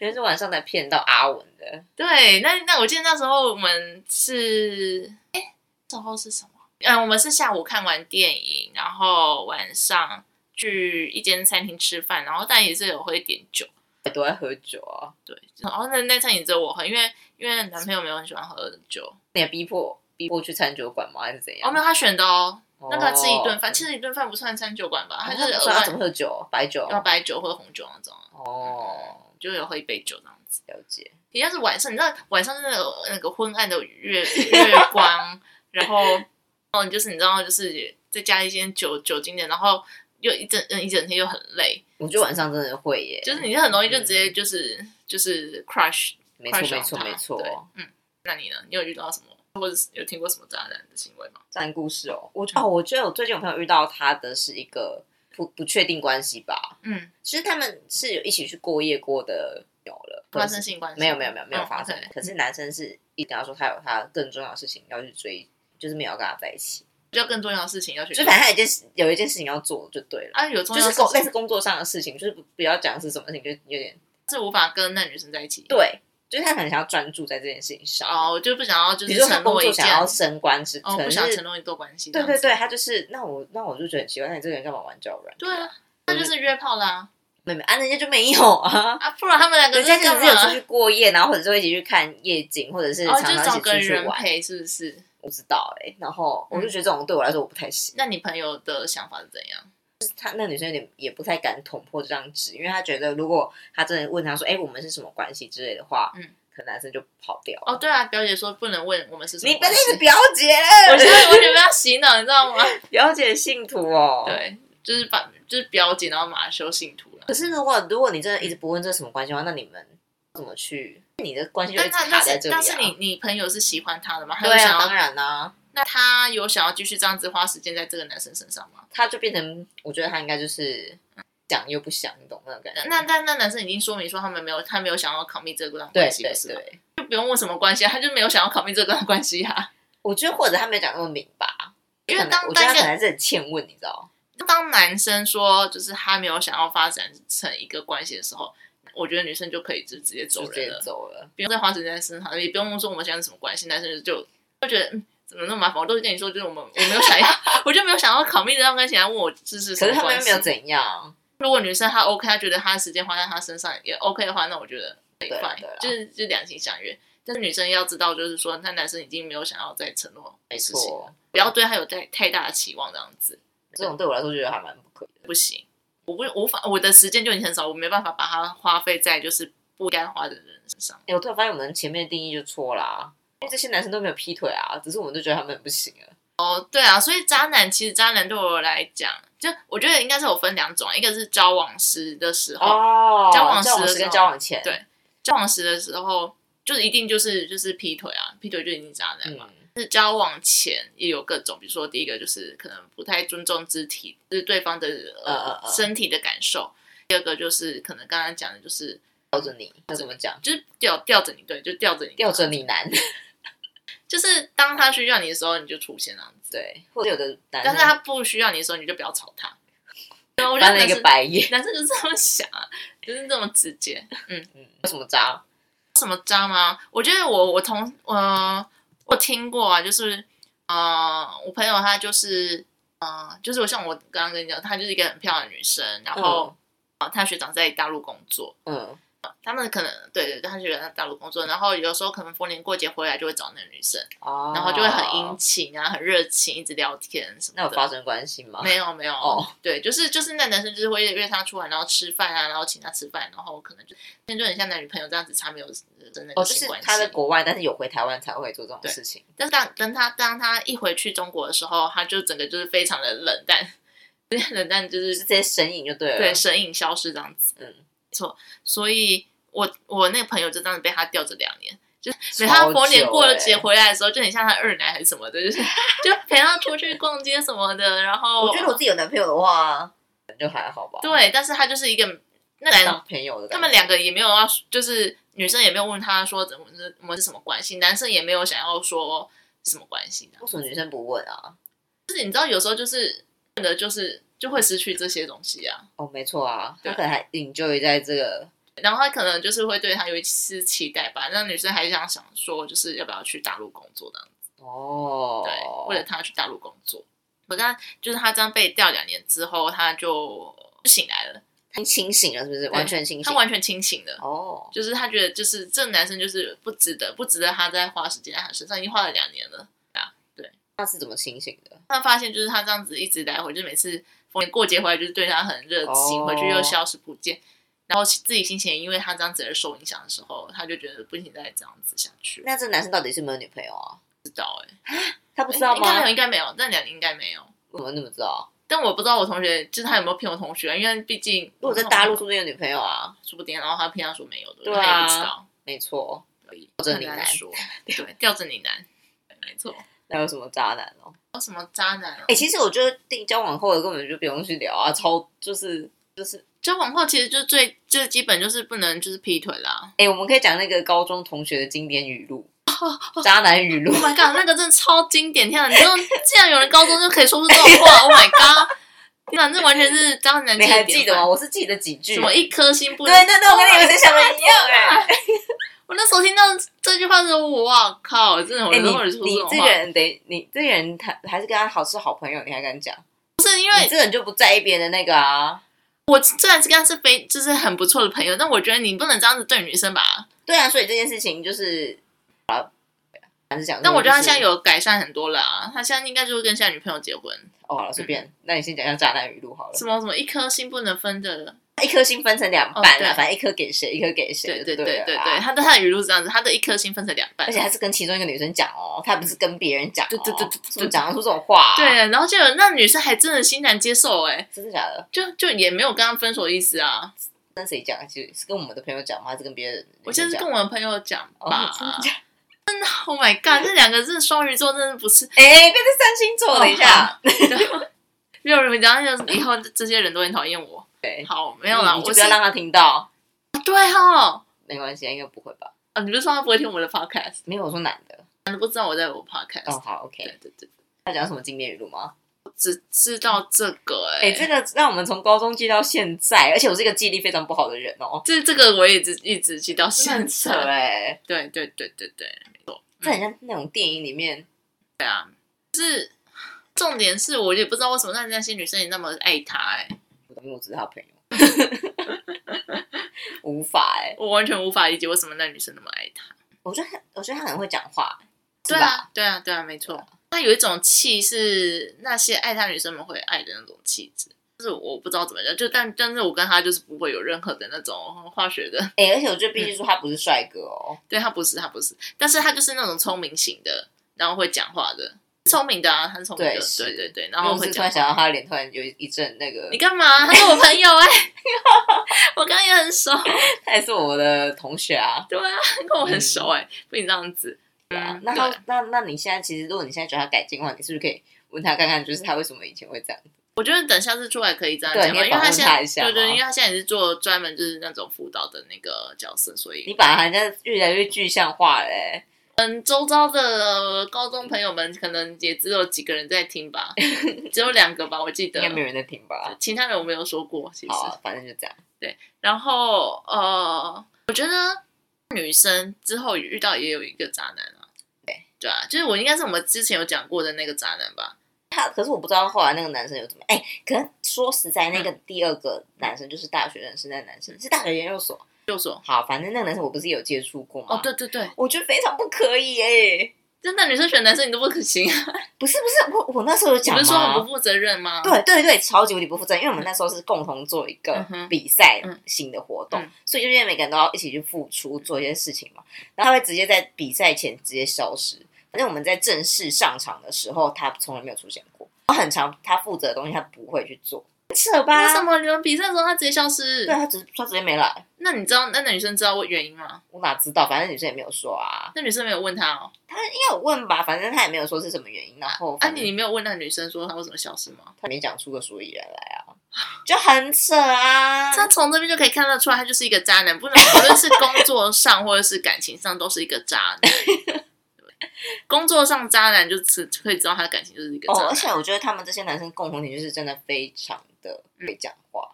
Speaker 1: 原来是晚上才骗到阿文的。
Speaker 2: 对，那那我记得那时候我们是哎，那时候是什么？嗯，我们是下午看完电影，然后晚上去一间餐厅吃饭，然后但也是有会点酒。
Speaker 1: 都在喝酒啊，
Speaker 2: 对，然后那那餐饮只有我喝，因为因为男朋友没有很喜欢喝酒。
Speaker 1: 你还逼迫逼迫去餐酒馆吗？还是怎
Speaker 2: 哦，
Speaker 1: 样？
Speaker 2: 没有他选的哦，
Speaker 1: 哦
Speaker 2: 那个吃一顿饭，其实一顿饭不算餐酒馆吧，他
Speaker 1: 他
Speaker 2: 就是
Speaker 1: 是
Speaker 2: 额
Speaker 1: 说要怎么
Speaker 2: 外哦
Speaker 1: 喝酒？白酒
Speaker 2: 要白酒或者红酒那种，
Speaker 1: 哦，
Speaker 2: 就有喝一杯酒这样子。
Speaker 1: 了解。
Speaker 2: 一定是晚上，你知道晚上真的有那个昏暗的月 月光，然后哦，你就是你知道就是再加一些酒酒精的，然后又一整嗯一整天又很累，
Speaker 1: 我觉得晚上真的会耶，
Speaker 2: 就是你很容易就直
Speaker 1: 嗯
Speaker 2: 接就是、就是 crush
Speaker 1: 没错
Speaker 2: crush
Speaker 1: 没
Speaker 2: 上
Speaker 1: 错
Speaker 2: 他
Speaker 1: 没
Speaker 2: 对
Speaker 1: 错。
Speaker 2: 嗯，那你呢？你有遇到什么，或者是有听过什么渣男的行为吗？
Speaker 1: 渣男故事哦，
Speaker 2: 嗯
Speaker 1: 我哦，我觉得我最近有朋友遇到他的是一个不不确定关系吧，
Speaker 2: 嗯，
Speaker 1: 其实他们是有一起去过夜过的有了，
Speaker 2: 发生性关系
Speaker 1: 没有没有没有没有发生
Speaker 2: 嗯，OK，
Speaker 1: 可是男生是一定要说他有他更重要的事情要去追，就是没有要跟他在一起，
Speaker 2: 比较更重要的事情要去
Speaker 1: 就反正他有一件事有一件事情要做就对了，
Speaker 2: 嗯啊，有重
Speaker 1: 就
Speaker 2: 要的
Speaker 1: 是
Speaker 2: 事
Speaker 1: 工类
Speaker 2: 情嗯
Speaker 1: 似工作上的事情，就是不不要讲是什么事情，就有点
Speaker 2: 是无法跟那女生在一起。
Speaker 1: 对，就是他可能想要专注在这件事情上，
Speaker 2: 哦，我就不想要就
Speaker 1: 比
Speaker 2: 是
Speaker 1: 如说他
Speaker 2: 承
Speaker 1: 工
Speaker 2: 诺一
Speaker 1: 作
Speaker 2: 件
Speaker 1: 想，要升官之，
Speaker 2: 哦
Speaker 1: 可
Speaker 2: 不
Speaker 1: 能
Speaker 2: 想承
Speaker 1: 是
Speaker 2: 诺一段关系。
Speaker 1: 对对对，，他就是那我那我就觉得很奇怪，那你这个人干嘛玩交友软件？
Speaker 2: 对啊，那就是约炮啦
Speaker 1: 没没啊，人家就没有 啊。
Speaker 2: 啊，不然他们两个
Speaker 1: 人家
Speaker 2: 在
Speaker 1: 就
Speaker 2: 干
Speaker 1: 只有出
Speaker 2: 嘛？
Speaker 1: 去过夜，然后或者是一起去看夜景，或者是
Speaker 2: 哦，
Speaker 1: 常
Speaker 2: 就
Speaker 1: 常
Speaker 2: 是
Speaker 1: 一
Speaker 2: 找
Speaker 1: 起
Speaker 2: 个
Speaker 1: 出去
Speaker 2: 人
Speaker 1: 玩。
Speaker 2: 陪，是不是？
Speaker 1: 我不知道哎、然后我就
Speaker 2: 嗯
Speaker 1: 觉得这种对我来说我不太行。
Speaker 2: 那你朋友的想法是怎样？
Speaker 1: 她那女生有点也不太敢捅破这张纸，因为她觉得如果她真的问他说：“哎、我们是什么关系之类的话，
Speaker 2: 嗯，
Speaker 1: 可能男生就跑掉了。
Speaker 2: 哦，对啊，表姐说不能问我们是什么
Speaker 1: 你不要
Speaker 2: 关
Speaker 1: 一
Speaker 2: 系。
Speaker 1: 直表姐
Speaker 2: 我现
Speaker 1: 了，
Speaker 2: 在我准备要洗脑，你知道吗？
Speaker 1: 表姐信徒 哦。。
Speaker 2: 对，就是把就是表姐，然后马修信徒了。
Speaker 1: 可是如果如果你真的一直不问这是什么关系的话，那你们怎么去？你的关系就一
Speaker 2: 但
Speaker 1: 直
Speaker 2: 那
Speaker 1: 卡
Speaker 2: 但
Speaker 1: 在
Speaker 2: 是
Speaker 1: 这里、啊
Speaker 2: 但是你你朋友是喜欢他的吗？他有
Speaker 1: 对
Speaker 2: 想
Speaker 1: 啊，
Speaker 2: 要、
Speaker 1: 当然啦、
Speaker 2: 那他有想要继续这样子花时间在这个男生身上吗？
Speaker 1: 他就变成，我觉得他应该就是想又不想，你懂那种感觉？
Speaker 2: 那但那男生已经说明说他们没有他没有想要 commit 这段
Speaker 1: 对
Speaker 2: 关系，
Speaker 1: 对
Speaker 2: 不是吗
Speaker 1: 对，
Speaker 2: 就不用问什么关系啊，他就没有想要 commit 这段关系啊。
Speaker 1: 我觉得或者他没有讲那么明白，
Speaker 2: 因为
Speaker 1: 可能
Speaker 2: 当
Speaker 1: 我觉得他
Speaker 2: 当
Speaker 1: 可能
Speaker 2: 个
Speaker 1: 还是很欠问，你知道？
Speaker 2: 当男生说就是他没有想要发展成一个关系的时候，我觉得女生就可以就直接走
Speaker 1: 就直
Speaker 2: 人
Speaker 1: 接
Speaker 2: 了，
Speaker 1: 走了。
Speaker 2: 不用再花时间在身上，也不用说我们现在是什么关系，男生就就觉得嗯。怎么那么麻烦？我都跟你说，就是我们我没有想要， 我就没有想要考虑让跟起来问我这是什
Speaker 1: 可
Speaker 2: 么
Speaker 1: 是他们
Speaker 2: 关
Speaker 1: 又
Speaker 2: 系
Speaker 1: 没有怎样，
Speaker 2: 如果女生她 OK，她觉得她的时间花在她身上也 OK 的话，那我觉得可以
Speaker 1: 对啊
Speaker 2: fine，
Speaker 1: 对啦
Speaker 2: 就是就两情相悦。但是女生要知道，就是说，那男生已经没有想要再承诺
Speaker 1: 没
Speaker 2: 事情，
Speaker 1: 错，
Speaker 2: 不要对他有太太大的期望，这样子
Speaker 1: 这种对我来说觉得还蛮不可以的。
Speaker 2: 不行。我不无法，我的时间就已经很少，我没办法把它花费在就是不该花的人身上。
Speaker 1: 哎、我突然发现我们前面的定义就错啦，因为这些男生都没有劈腿啊，只是我们都觉得他们很不行啊。
Speaker 2: 哦，对啊，所以渣男其实渣男对我来讲，就我觉得应该是有分两种，一个是交往时的时候，
Speaker 1: 哦
Speaker 2: 交往时
Speaker 1: 交往
Speaker 2: 的
Speaker 1: 时
Speaker 2: 时
Speaker 1: 跟
Speaker 2: 候
Speaker 1: 交往前，
Speaker 2: 对交往时的时候，就是一定就是就是劈腿啊，劈腿就已经渣男
Speaker 1: 嗯
Speaker 2: 嘛。，是交往前也有各种，比如说第一个就是可能不太尊重肢体，就是对方的
Speaker 1: 嗯嗯
Speaker 2: 呃
Speaker 1: 嗯
Speaker 2: 身体的感受；第二个就是可能刚刚讲的，就是
Speaker 1: 吊着你，那怎么讲？
Speaker 2: 就是吊吊着你，对，就吊着你，
Speaker 1: 吊着，你男，
Speaker 2: 就是当他需要你的时候你就出现这样子，
Speaker 1: 对，或者有的男
Speaker 2: 但
Speaker 1: 生
Speaker 2: 是他不需要你的时候你就不要吵 他。对，啊我觉
Speaker 1: 翻
Speaker 2: 得
Speaker 1: 了
Speaker 2: 男
Speaker 1: 一个
Speaker 2: 生
Speaker 1: 白眼，
Speaker 2: 男生就是这么想啊，就是这么直接。嗯，
Speaker 1: 嗯，有什么渣？
Speaker 2: 什么渣吗？我觉得我我同呃，我听过啊，就是呃，我朋友她就是呃，就是我像我刚刚跟你讲，她就是一个很漂亮的女生，然后、呃，她学长在大陆工作，
Speaker 1: 嗯，
Speaker 2: 他们可能对对对，她学长在大陆工作，然后有时候可能逢年过节回来就会找那个女生，
Speaker 1: 哦，
Speaker 2: 然后就会很殷勤啊，很热情，一直聊天什
Speaker 1: 那
Speaker 2: 么
Speaker 1: 有
Speaker 2: 的。
Speaker 1: 发生关系吗？
Speaker 2: 没有没有
Speaker 1: 哦
Speaker 2: 对，就是就是那男生就是会约她出来，然后吃饭啊，然后请她吃饭，然后可能就现在就很像男女朋友这样子，差没有真的
Speaker 1: 哦，就
Speaker 2: 性
Speaker 1: 是
Speaker 2: 关系。
Speaker 1: 他在国外，但是有回台湾才会做这种事情。
Speaker 2: 但是当等他当他一回去中国的时候，他就整个就是非常的冷淡， 非常冷淡，就是
Speaker 1: 就是这些身影就对啊了。
Speaker 2: 对神隐消失这样子。
Speaker 1: 嗯，
Speaker 2: 错。所以我我那个朋友就这样子被他吊着两年，就
Speaker 1: 超
Speaker 2: 是每他逢年
Speaker 1: 久
Speaker 2: 过
Speaker 1: 欸
Speaker 2: 节回来的时候，就很像他二奶还是什么的，就是就陪他出去逛街什么的。然后
Speaker 1: 欸我觉得我自己有男朋友的话，就还好吧。，
Speaker 2: 对，但是他就是一个那男
Speaker 1: 当朋友的感觉。
Speaker 2: 他们两个也没有要，就是女生也没有问他说怎么是我们是什么关系，男生也没有想要说什么关系这样
Speaker 1: 为什么女生不问啊？
Speaker 2: 就是你知道，有时候就是变得就是就会失去这些东西啊。
Speaker 1: 哦，没错啊，
Speaker 2: 对
Speaker 1: 他可能还 enjoy 在这个，
Speaker 2: 然后他可能就是会对他有一丝期待吧。那女生还想想说，就是要不要去大陆工作这样子？
Speaker 1: 哦，
Speaker 2: 对，为了他去大陆工作。可但就是他这样被调两年之后，他就醒来了，
Speaker 1: 他清醒了是不是？完全清
Speaker 2: 他
Speaker 1: 醒。
Speaker 2: 完全清醒了。
Speaker 1: 哦，
Speaker 2: 就是他觉得，就是这个男生就是不值得，不值得他再花时间在他身上，已经花了两年了。
Speaker 1: 他是怎么清醒的？
Speaker 2: 他发现就是他这样子一直来回，就是每次逢年过节回来就是对他很热情，
Speaker 1: 哦
Speaker 2: 回去又消失不见，然后自己心情也因为他这样子而受影响的时候，他就觉得不行，再这样子下去了，
Speaker 1: 那这男生到底是没有女朋友啊？
Speaker 2: 不知道哎、
Speaker 1: 他不
Speaker 2: 欸，
Speaker 1: 知道
Speaker 2: 应
Speaker 1: 吗
Speaker 2: 该？没有，应该没有，那两年应该没有。
Speaker 1: 我们怎么知道？
Speaker 2: 但我不知道我同学就是他有没有骗我同学，因为毕竟
Speaker 1: 如果在大陆，说不定有女朋友啊。
Speaker 2: 说不定，然后他骗他说没有的，
Speaker 1: 对啊
Speaker 2: 他也不知道，
Speaker 1: 没错，
Speaker 2: 很
Speaker 1: 着你
Speaker 2: 难
Speaker 1: 难
Speaker 2: 说，对，吊着你难，对没错。
Speaker 1: 那有什么渣男哦？
Speaker 2: 有什么渣男、啊
Speaker 1: 哎、？其实我觉得定交往后的根本就不用去聊啊，超就是就是，
Speaker 2: 交往后其实就最最基本就是不能就是劈腿啦。
Speaker 1: 哎、我们可以讲那个高中同学的经典语录，
Speaker 2: 哦
Speaker 1: 渣男语录
Speaker 2: Oh。my god，那个真的超经典！天啊，你知道，竟然有人高中就可以说出这种话！Oh my god，天啊，这完全是渣男
Speaker 1: 你
Speaker 2: 界的典范。
Speaker 1: 还记得吗？我是记得几句，啊
Speaker 2: 什么一颗心不？
Speaker 1: 对对对，我跟你有点想的一样
Speaker 2: 啊
Speaker 1: 哎、
Speaker 2: 我那时候听到这句话的时候，哇靠！真的，我
Speaker 1: 哎、
Speaker 2: 偶尔
Speaker 1: 你
Speaker 2: 说这
Speaker 1: 你
Speaker 2: 种
Speaker 1: 这
Speaker 2: 话
Speaker 1: 个，人得，你这个人他还是跟他好是好朋友，你还敢讲？
Speaker 2: 不是因
Speaker 1: 你
Speaker 2: 为
Speaker 1: 这个人就不在意别人的那个啊？
Speaker 2: 我虽然是跟他是非就是很不错的朋友，但我觉得你不能这样子对女生吧？
Speaker 1: 对啊，所以这件事情就是啊，还是讲说就是。
Speaker 2: 但我觉得他现在有改善很多了啊，他现在应该就会跟现在女朋友结婚。
Speaker 1: 哦，好了，随便。那你先讲一下渣男语录好了。
Speaker 2: 什么什么一颗心不能分的，
Speaker 1: 一颗心分成两半
Speaker 2: 哦对
Speaker 1: 啊，反正一颗给谁，一颗给谁
Speaker 2: 对
Speaker 1: 就
Speaker 2: 对对
Speaker 1: 对
Speaker 2: 对
Speaker 1: 了
Speaker 2: 对，
Speaker 1: 啊
Speaker 2: 他的他的语录是这样子，他的一颗心分成两半
Speaker 1: 而。且还是跟其中一个女生讲哦，他不是跟别人讲哦，
Speaker 2: 对对对对对
Speaker 1: 怎么讲得出这种话啊？
Speaker 2: 对，然后就有那女生还真的欣然接受、哎，
Speaker 1: 真的假的？
Speaker 2: 就就也没有跟他分手的意思啊。
Speaker 1: 跟谁讲？其实是跟我们的朋友讲吗？还是跟别人？
Speaker 2: 我现在是跟我的朋友讲吧。
Speaker 1: 哦真的假的
Speaker 2: oh my god，这两个真的双鱼座真的不是。
Speaker 1: 哎，变成三星座，等一
Speaker 2: 哦
Speaker 1: 下，
Speaker 2: 对，没有人讲，以后这些人都很讨厌我。
Speaker 1: 对，
Speaker 2: 好，没有啦，
Speaker 1: 嗯你
Speaker 2: 我
Speaker 1: 就是不要让他听到，
Speaker 2: 对哦。
Speaker 1: 没关系，应该不会吧？
Speaker 2: 啊，你不是说他不会听我的 podcast？
Speaker 1: 没有，我说男的。哦
Speaker 2: 你不知道我在我 podcast？、
Speaker 1: 哦，好
Speaker 2: 对
Speaker 1: ，OK。
Speaker 2: 对对，
Speaker 1: 他讲什么经典语录吗？
Speaker 2: 只知道这个、
Speaker 1: 哎、
Speaker 2: 哎、
Speaker 1: 这个让我们从高中记到现在，而且我是一个记忆力非常不好的人 哦，
Speaker 2: 这这个我也一直一直记到
Speaker 1: 真的
Speaker 2: 现
Speaker 1: 很扯
Speaker 2: 在。
Speaker 1: 哎、
Speaker 2: 对对对对对，没错。
Speaker 1: 这很
Speaker 2: 嗯
Speaker 1: 像那种电影里面，
Speaker 2: 重点是我也不知道为什么那那些女生也那么爱他、哎，
Speaker 1: 因为我只是他 朋友，无法哎、
Speaker 2: 我完全无法理解为什么那女生那么爱他。
Speaker 1: 我觉得他我觉得他很会讲话、是
Speaker 2: 对
Speaker 1: 吧，
Speaker 2: 啊，对啊，对啊，没错。他有一种气是那些爱他女生们会爱的那种气质，就是我不知道怎么讲，就但但是我跟他就是不会有任何的那种化学的，
Speaker 1: 哎、而且我觉得必
Speaker 2: 嗯
Speaker 1: 须说他不是帅哥哦，
Speaker 2: 对他不是他不是，但是他就是那种聪明型的，然后会讲话的，聪明的啊，很聪明的，
Speaker 1: 对是
Speaker 2: 对对对，然
Speaker 1: 然后
Speaker 2: 后
Speaker 1: 我
Speaker 2: 会
Speaker 1: 是突
Speaker 2: 讲
Speaker 1: 然
Speaker 2: 话。
Speaker 1: 想到他的脸突然有一阵那个
Speaker 2: 你，干嘛？他是我朋友哎、 我跟他也很熟，
Speaker 1: 他也是我的同学啊，
Speaker 2: 对啊，跟我很熟
Speaker 1: 嗯
Speaker 2: 哎、不仅这样子，
Speaker 1: 对啊
Speaker 2: 嗯，
Speaker 1: 那
Speaker 2: 对
Speaker 1: 他那那你现在其实如果你现在觉得他改进的话，你是不是可以问他看看，就是他为什么以前会这样？
Speaker 2: 我觉得等下次出来可以这样
Speaker 1: 对
Speaker 2: 讲
Speaker 1: 你
Speaker 2: 吧，
Speaker 1: 也
Speaker 2: 因为他
Speaker 1: 访问
Speaker 2: 现
Speaker 1: 他
Speaker 2: 在
Speaker 1: 一下
Speaker 2: 对对，
Speaker 1: 嘛
Speaker 2: 因为他现在也是做专门就是那种辅导的那个角色，所
Speaker 1: 你
Speaker 2: 以
Speaker 1: 把人家越来越具象化嘞、欸，
Speaker 2: 嗯，周遭的高中朋友们可能也只有几个人在听 吧，只有两个吧，我记
Speaker 1: 应
Speaker 2: 得
Speaker 1: 该，没有人在听吧？
Speaker 2: 其他人我没有说过，其实。
Speaker 1: 好、啊，反正就这样。
Speaker 2: 然后呃，我觉得女生之后遇到也有一个渣男啊，
Speaker 1: 对
Speaker 2: 对啊，就是我应该是我们之前有讲过的那个渣男吧，
Speaker 1: 他可是我不知道后来那个男生有怎么哎、可是说实在，那个
Speaker 2: 嗯
Speaker 1: 第二个男生就是大学认识那个男生，是大学研究所。
Speaker 2: 就说
Speaker 1: 好，反正那个男生我不是有接触过吗？
Speaker 2: 哦，，对对对，
Speaker 1: 我觉得非常不可以哎、
Speaker 2: 真的女生选男生你都不可行，啊
Speaker 1: 不是不是，我我那时候有
Speaker 2: 你
Speaker 1: 讲
Speaker 2: 不是说很
Speaker 1: 吗
Speaker 2: 不？负责任吗？
Speaker 1: 对对对，超级无敌不负责任，因为我们那时候是共同做一
Speaker 2: 嗯
Speaker 1: 个
Speaker 2: 哼
Speaker 1: 比赛
Speaker 2: 嗯
Speaker 1: 型的活动，
Speaker 2: 嗯
Speaker 1: 所以就是每个人都要一起去付出做一些事情嘛。然后他会直接在比赛前直接消失，反正我们在正式上场的时候，他从来没有出现过。很长，他负责的东西他不会去做，很扯
Speaker 2: 为什
Speaker 1: 吧？
Speaker 2: 么你们比赛的时候他直接消失
Speaker 1: 对？啊他只他直接没来，
Speaker 2: 那你知道那那女生知道原因吗？
Speaker 1: 我哪知道？反正女生也没有说啊，
Speaker 2: 那女生没有问他哦，
Speaker 1: 应该有问吧，反正他也没有说是什么原因，然后
Speaker 2: 啊
Speaker 1: 反正
Speaker 2: 你你没有问那女生说她为什么消失吗？
Speaker 1: 他没讲出个所以然来啊，就很扯啊。
Speaker 2: 他从这边就可以看得出来，他就是一个渣男，不 能无论是工作上或者是感情上都是一个渣男。 工作上渣男就是可以知道他的感情就是一个渣
Speaker 1: 哦，
Speaker 2: 男。
Speaker 1: 而且我觉得他们这些男生共同点就是真的非常的
Speaker 2: 嗯
Speaker 1: 会讲话，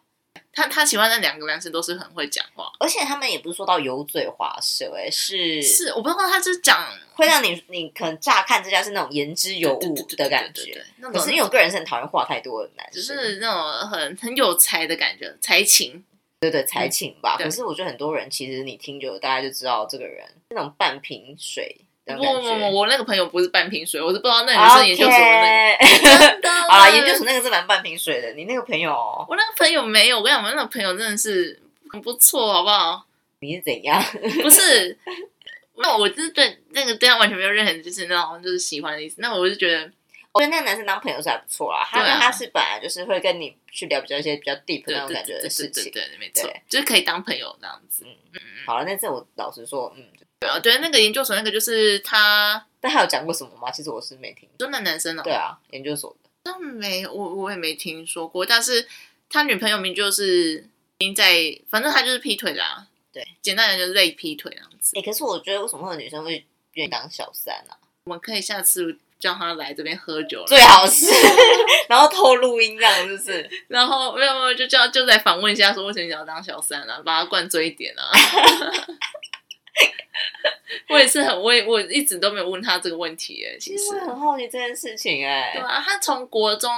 Speaker 2: 他他喜欢的两个男生都是很会讲话，
Speaker 1: 而且他们也不是说到油嘴滑舌、欸，是
Speaker 2: 是我不知道他是讲
Speaker 1: 会让你你可能乍看之下是那种言之有物的感，
Speaker 2: 对
Speaker 1: 觉。
Speaker 2: 对对对对对那
Speaker 1: 可
Speaker 2: 种
Speaker 1: 是因为我个人是很讨厌话太多的男
Speaker 2: 只
Speaker 1: 生，
Speaker 2: 是那种很很有才的感觉，才情。
Speaker 1: 对对才情吧。
Speaker 2: 嗯对
Speaker 1: 可是我觉得很多人其实你听久了，大家就知道这个人那种半瓶水的
Speaker 2: 不
Speaker 1: 感
Speaker 2: 不不不，
Speaker 1: 觉。啊
Speaker 2: 我那个朋友不是半瓶水，我是不知道那女生研究所的那个。 真的
Speaker 1: 好了，研究所那个是蛮半瓶水的，你那个朋友哦
Speaker 2: 我那个朋友没有，我跟你讲，我那个朋友真的是很不错，好不好？
Speaker 1: 你是怎样？
Speaker 2: 不是，那我就是对那个对他完全没有任何就是那种就是喜欢的意思。那我就觉得，
Speaker 1: 我觉得那个男生当朋友是还不错啦，他
Speaker 2: 对
Speaker 1: 因
Speaker 2: 啊
Speaker 1: 为他是本来就是会跟你去聊比较一些比较 deep
Speaker 2: 对
Speaker 1: 那
Speaker 2: 对
Speaker 1: 种
Speaker 2: 对
Speaker 1: 感觉
Speaker 2: 对
Speaker 1: 的
Speaker 2: 对
Speaker 1: 事
Speaker 2: 对
Speaker 1: 情。
Speaker 2: 对，没错
Speaker 1: 对，嗯
Speaker 2: 就是可以当朋友这样子。
Speaker 1: 好了，那这我老实说，嗯，
Speaker 2: 对啊，我觉得那个研究所那个就是他，
Speaker 1: 但他有讲过什么吗？其实我是没听。
Speaker 2: 就那男生哦、
Speaker 1: 对啊，研究所的，
Speaker 2: 但没我我也没听说过，但是他女朋友名就是已经在，反正他就是劈腿啦。
Speaker 1: 对，
Speaker 2: 简单来讲就是类劈腿这样子。
Speaker 1: 哎、可是我觉得为什么会有女生会愿意当小三啊？
Speaker 2: 我们可以下次叫他来这边喝酒，
Speaker 1: 最好 是，然后偷录音这样，是不是？
Speaker 2: 然后没有没有，就叫就来访问一下，说为什么你想要当小三啊？把他灌醉一点 啊！我也是很，我也我一直都没有问他这个问题哎，其
Speaker 1: 其
Speaker 2: 实
Speaker 1: 实我很好奇这件事情、哎、
Speaker 2: 对啊，他从国中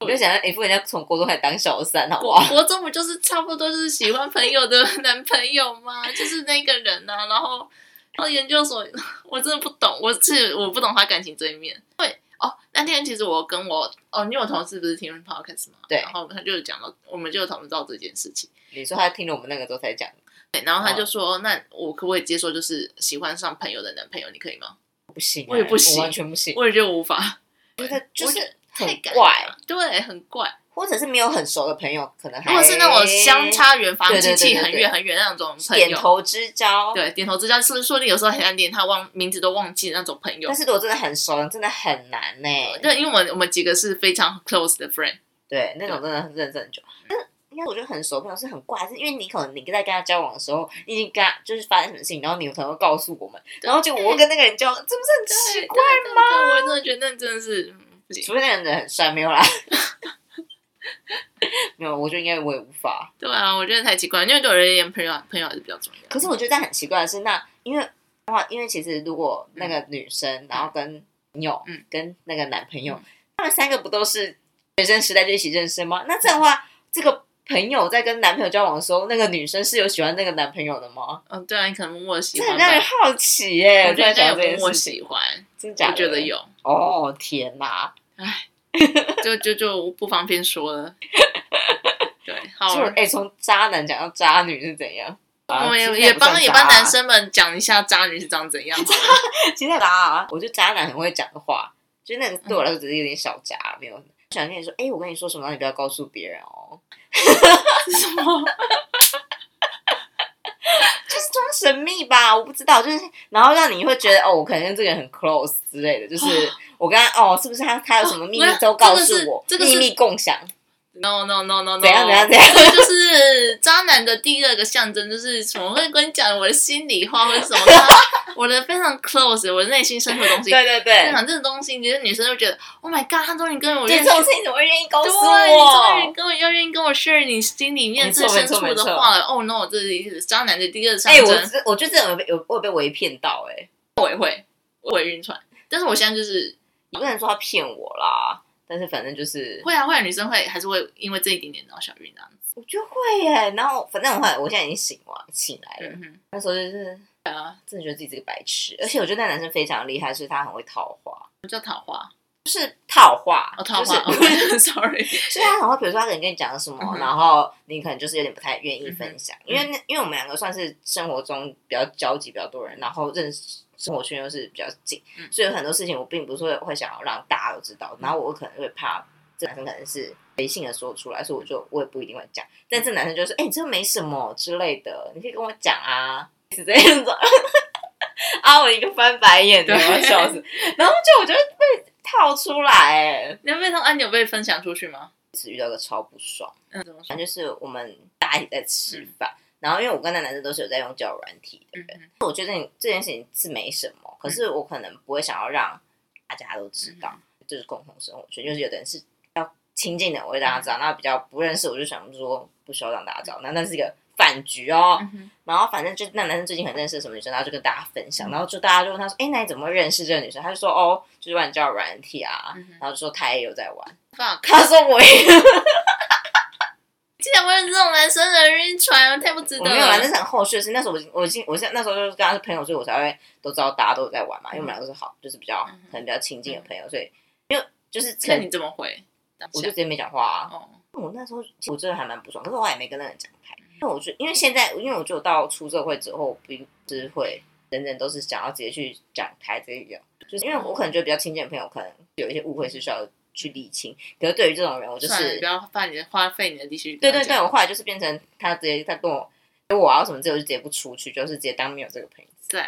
Speaker 1: 我就想要，哎、欸，不，人家从国中开始当小三，好不
Speaker 2: 国
Speaker 1: 好？
Speaker 2: 国中不就是差不多就是喜欢朋友的 男朋友吗？就是那个人呐、啊，然后然后研究所，我真的不懂，我是我不懂他感情这一面。对哦，那天其实我跟我哦，你有同事不是听 podcast 吗？
Speaker 1: 对
Speaker 2: 然后他就讲到，我们就有讨论到这件事情。
Speaker 1: 你说他听了我们那个之后才讲，
Speaker 2: 对，然后他
Speaker 1: 哦
Speaker 2: 就说：“那我可不可以接受，就是喜欢上朋友的男朋友，你可以吗
Speaker 1: 不行、欸
Speaker 2: 我也不行
Speaker 1: 我完全不行，
Speaker 2: 我也觉得无法，
Speaker 1: 我觉得就是 很
Speaker 2: 太尴尬
Speaker 1: 怪，
Speaker 2: 对，很怪。
Speaker 1: 或者是没有很熟的朋友，可能还
Speaker 2: 如果是那种相差远房
Speaker 1: 对对
Speaker 2: 亲
Speaker 1: 对
Speaker 2: 戚
Speaker 1: 对
Speaker 2: 很
Speaker 1: 对
Speaker 2: 远很远那种朋
Speaker 1: 点
Speaker 2: 友，
Speaker 1: 头之交，。
Speaker 2: 对，点头之交，是不是说你有时候很难连他忘名字都忘记的那种朋友
Speaker 1: 但？是如果真的很熟，真的很难呢、
Speaker 2: 对，因为我们我们几个是非常 close 的 friend，
Speaker 1: 对，那种真的很认识很久。但是应该我觉得很熟的朋友是很怪，是因为你可能你在跟他交往的时候，你已经跟他就是发生什么事情，然后你可能会告诉我们，然后就我跟那个人交往，这不是很奇怪？
Speaker 2: 怪吗？我真的觉得那真的是嗯情
Speaker 1: 除。非那个人很帅，没有啦。 没有，我就应该我也无法。
Speaker 2: 对啊，我觉得太奇怪，因为对我而言，朋友朋友还是比较重要。
Speaker 1: 可是我觉得很奇怪的是，那因为哇，因为其实如果那个女生，然后跟女友，
Speaker 2: 嗯
Speaker 1: 跟那个男朋友，
Speaker 2: 嗯
Speaker 1: 他们三个不都是学生时代就一起认识吗？那这样的话，这个朋友在跟男朋友交往的时候，那个女生是有喜欢那个男朋友的吗？
Speaker 2: 嗯，对啊，你可能默默喜
Speaker 1: 这
Speaker 2: 欢
Speaker 1: 很让人
Speaker 2: 吧。
Speaker 1: 好奇耶、
Speaker 2: 我
Speaker 1: 我
Speaker 2: 觉
Speaker 1: 就在
Speaker 2: 得这
Speaker 1: 想
Speaker 2: 有
Speaker 1: 这件
Speaker 2: 默默
Speaker 1: 事情，
Speaker 2: 喜欢，
Speaker 1: 真假的？
Speaker 2: 我觉得。有，
Speaker 1: 哦天哪！
Speaker 2: 就就就不方便说了。对，好
Speaker 1: 就，哎，从、渣男讲到渣女是怎样？
Speaker 2: 我
Speaker 1: 啊
Speaker 2: 们
Speaker 1: 其
Speaker 2: 哦也
Speaker 1: 实
Speaker 2: 也
Speaker 1: 不算
Speaker 2: 帮也
Speaker 1: 渣
Speaker 2: 帮
Speaker 1: 啊
Speaker 2: 男生们讲一下渣女是长怎样好了。
Speaker 1: 其实渣啊，我觉得渣男很会讲的话，就那个对我来说只是有点小渣，没有想跟你说，哎、我跟你说什么，你不要告诉别人哦，
Speaker 2: 什么？
Speaker 1: 就是装神秘吧，我不知道，就是然后让你会觉得哦，我可能跟这个人很 close 之类的，就是我跟他哦，是不是他他有什么秘密
Speaker 2: 哦
Speaker 1: 都告
Speaker 2: 这
Speaker 1: 诉
Speaker 2: 个是
Speaker 1: 我，
Speaker 2: 这个
Speaker 1: 秘
Speaker 2: 是哦
Speaker 1: 密共享，
Speaker 2: No no no no no！
Speaker 1: 怎样怎样怎样
Speaker 2: 这个 就是渣男的第二个象征，就是怎么会跟你讲我的心里话，或者什么的，我的非常 close，我的内心深处的东西。
Speaker 1: 对对
Speaker 2: 我
Speaker 1: 对，
Speaker 2: 想这种东西，你觉得女生就觉得，Oh my god，他终于跟我
Speaker 1: 就
Speaker 2: 认
Speaker 1: 这
Speaker 2: 识，
Speaker 1: 种事情怎么会愿意告
Speaker 2: 对，
Speaker 1: 诉
Speaker 2: 终于
Speaker 1: 我？
Speaker 2: 跟我要愿意跟我 share 你心里面
Speaker 1: 没
Speaker 2: 最
Speaker 1: 错
Speaker 2: 深处
Speaker 1: 没
Speaker 2: 的
Speaker 1: 错没错
Speaker 2: 话了。Oh no，这是渣男的第二象
Speaker 1: 哎、
Speaker 2: 征。
Speaker 1: 我这我觉得这种有被有我有被围骗到哎、
Speaker 2: 我也会，我也晕船，但是我现在就是
Speaker 1: 你不能说他骗我啦，但是反正就是
Speaker 2: 会啊，会啊，女生会还是会因为这一点点然后小晕这样啊子。
Speaker 1: 我觉得会耶、然后反正我后来我现在已经醒了，醒来了。
Speaker 2: 嗯哼，
Speaker 1: 那时候就是
Speaker 2: 对啊，
Speaker 1: 真的觉得自己是个白痴，而且我觉得那男生非常厉害，是他很会套话，
Speaker 2: 什么叫桃花？
Speaker 1: 套话，
Speaker 2: 哦，桃
Speaker 1: 就
Speaker 2: 花
Speaker 1: 是、
Speaker 2: 哦 ，sorry。
Speaker 1: 就是他很会，比如说他可能跟你讲什么，
Speaker 2: 嗯哼
Speaker 1: 然后你可能就是有点不太愿意分享，
Speaker 2: 嗯哼
Speaker 1: 因为那因为我们两个算是生活中比较交集比较多人，然后认识生活圈又是比较近，
Speaker 2: 嗯
Speaker 1: 所以有很多事情我并不是会会想要让大家都知道，然后我可能会怕这男生可能是随性的说出来，所以我就我也不一定会讲，但这男生就说，哎、你这没什么之类的，你可以跟我讲啊，是这样子。 啊！我一个翻白眼的，我
Speaker 2: 对
Speaker 1: 要笑死。然后就我觉得被套出来、哎，
Speaker 2: 你有被通按钮被分享出去吗？
Speaker 1: 只遇到一个超不爽。
Speaker 2: 嗯，怎么说
Speaker 1: 反？正就是我们大家一起在吃饭，然后因为我跟那男生都是有在用交友软体的
Speaker 2: 嗯
Speaker 1: 人，
Speaker 2: 嗯
Speaker 1: 我觉得这这件事情是没什么，可是我可能不会想要让大家都知道，
Speaker 2: 嗯
Speaker 1: 这是共同生活圈，就是有的人是比较亲近的，我会让他
Speaker 2: 嗯
Speaker 1: 知道，那比较不认识，我就想说不需要让大家知道，那那是一个饭局哦。
Speaker 2: 嗯哼，
Speaker 1: 然后反正就那男生最近很认识什么女生，然后就跟大家分
Speaker 2: 嗯
Speaker 1: 享，然后就大家就问他说：“哎，那你怎么会认识这个女生？”他就说：“哦，就是玩交友软体啊。
Speaker 2: 嗯哼”
Speaker 1: 然后就说他也有在玩，
Speaker 2: fuck！
Speaker 1: 他说我也
Speaker 2: 竟然会有这种男生的晕船，太不值
Speaker 1: 我
Speaker 2: 得
Speaker 1: 没有啦，那
Speaker 2: 了。
Speaker 1: 是很后续的事。那时候我已经我已经我现在那时候就是跟他是朋友，所以我才会都知道大家都有在玩嘛，因为我们两个是好，就是比较
Speaker 2: 嗯
Speaker 1: 可能比较亲近的朋友，所以因为就是可
Speaker 2: 那
Speaker 1: 能
Speaker 2: 你怎么回？
Speaker 1: 我就直接没讲话啊。
Speaker 2: 哦，
Speaker 1: 我那时候其实我真的还蛮不爽，可是我也没跟那个人讲开，因为我觉因为现在因为我就到出社会之后，我并不是会人人都是想要直接去讲开这一点，就是因为我可能觉得比较亲近的朋友，可能有一些误会是需要去理清。可是对于这种人，我就
Speaker 2: 算了，
Speaker 1: 是
Speaker 2: 你不要花你的花费你的力气。
Speaker 1: 对对对，，我后来就是变成他直接他跟我跟我啊什么之后，我就直接不出去，就是直接当没有这个朋友。
Speaker 2: 对，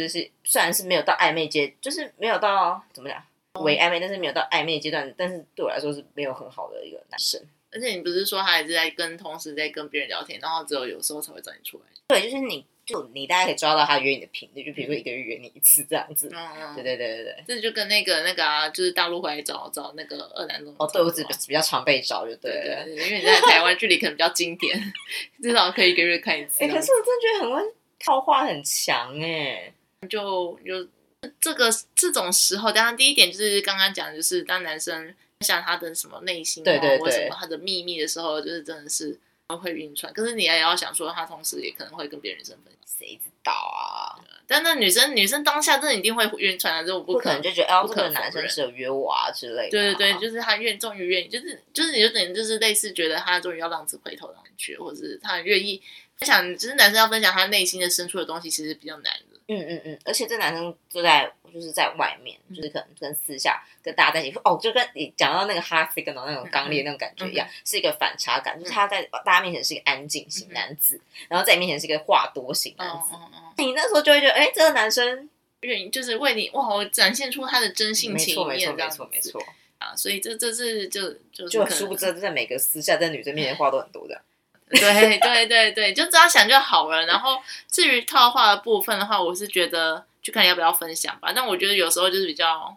Speaker 1: 就是虽然是没有到暧昧阶，就是没有到怎么讲伪暧昧，但是没有到暧昧阶段，但是对我来说是没有很好的一个男生。
Speaker 2: 而且你不是说他也是在跟同时在跟别人聊天，然后只有有时候才会找你出来。
Speaker 1: 对，就是你就你大概可以抓到他约你的频率，就比如说一个月约你一次这样子。对
Speaker 2: 嗯嗯，
Speaker 1: 对对对对。
Speaker 2: 这就跟那个那个啊，就是大陆回来找找那个二男总
Speaker 1: 哦，对我只比较常被找就对
Speaker 2: 对
Speaker 1: 了。
Speaker 2: 对对，因为你在台湾距离可能比较经典， 至少可以一个月看一次。
Speaker 1: 哎、可是我真的觉得很会套话很强哎、
Speaker 2: 就有这个这种时候，当然第一点就是刚刚讲的，就是当男生分享他的什么内心话
Speaker 1: 对对对
Speaker 2: 或者什么他的秘密的时候，就是真的是会晕船。可是你也要想说，他同时也可能会跟别人身份，
Speaker 1: 谁知道啊？
Speaker 2: 但那女生女生当下真的一定会晕船啊的，这我不
Speaker 1: 不
Speaker 2: 可
Speaker 1: 可能
Speaker 2: 能。
Speaker 1: 就觉得，哎、
Speaker 2: 不
Speaker 1: 这
Speaker 2: 可
Speaker 1: 个
Speaker 2: 否
Speaker 1: 男生
Speaker 2: 认
Speaker 1: 只有约我啊之类的、
Speaker 2: 对对对，，就是他愿终于愿意，就是就是你就等于就是类似觉得他终于要浪子回头的感觉，或者是他很愿意分享，只、是男生要分享他内心的深处的东西，其实比较难的。
Speaker 1: 嗯嗯嗯，而且这男生就在就是在外面，
Speaker 2: 嗯
Speaker 1: 就是可能跟私下跟大家在一起，哦，就跟你讲到那个哈斯跟到那种刚
Speaker 2: 嗯
Speaker 1: 烈那种感觉一样，是一个反差感，就是他在大家面前是一个安静型男子，然后在你面前是一个话多型男
Speaker 2: 嗯哦
Speaker 1: 子。
Speaker 2: 哦哦，
Speaker 1: 你那时候就会觉得，哎、这个男生
Speaker 2: 愿意就是为你哇，我展现出他的真性
Speaker 1: 没
Speaker 2: 情
Speaker 1: 错
Speaker 2: 一
Speaker 1: 没错
Speaker 2: 面，这
Speaker 1: 没
Speaker 2: 样子
Speaker 1: 错没错，
Speaker 2: 啊，所以这这是就就是
Speaker 1: 就
Speaker 2: 可能
Speaker 1: 殊不知在每个私下在女生面前话都很多 的。
Speaker 2: 对对对对，就这样想就好了。然后至于套话的部分的话，我是觉得就看你要不要分享吧。但我觉得有时候就是比较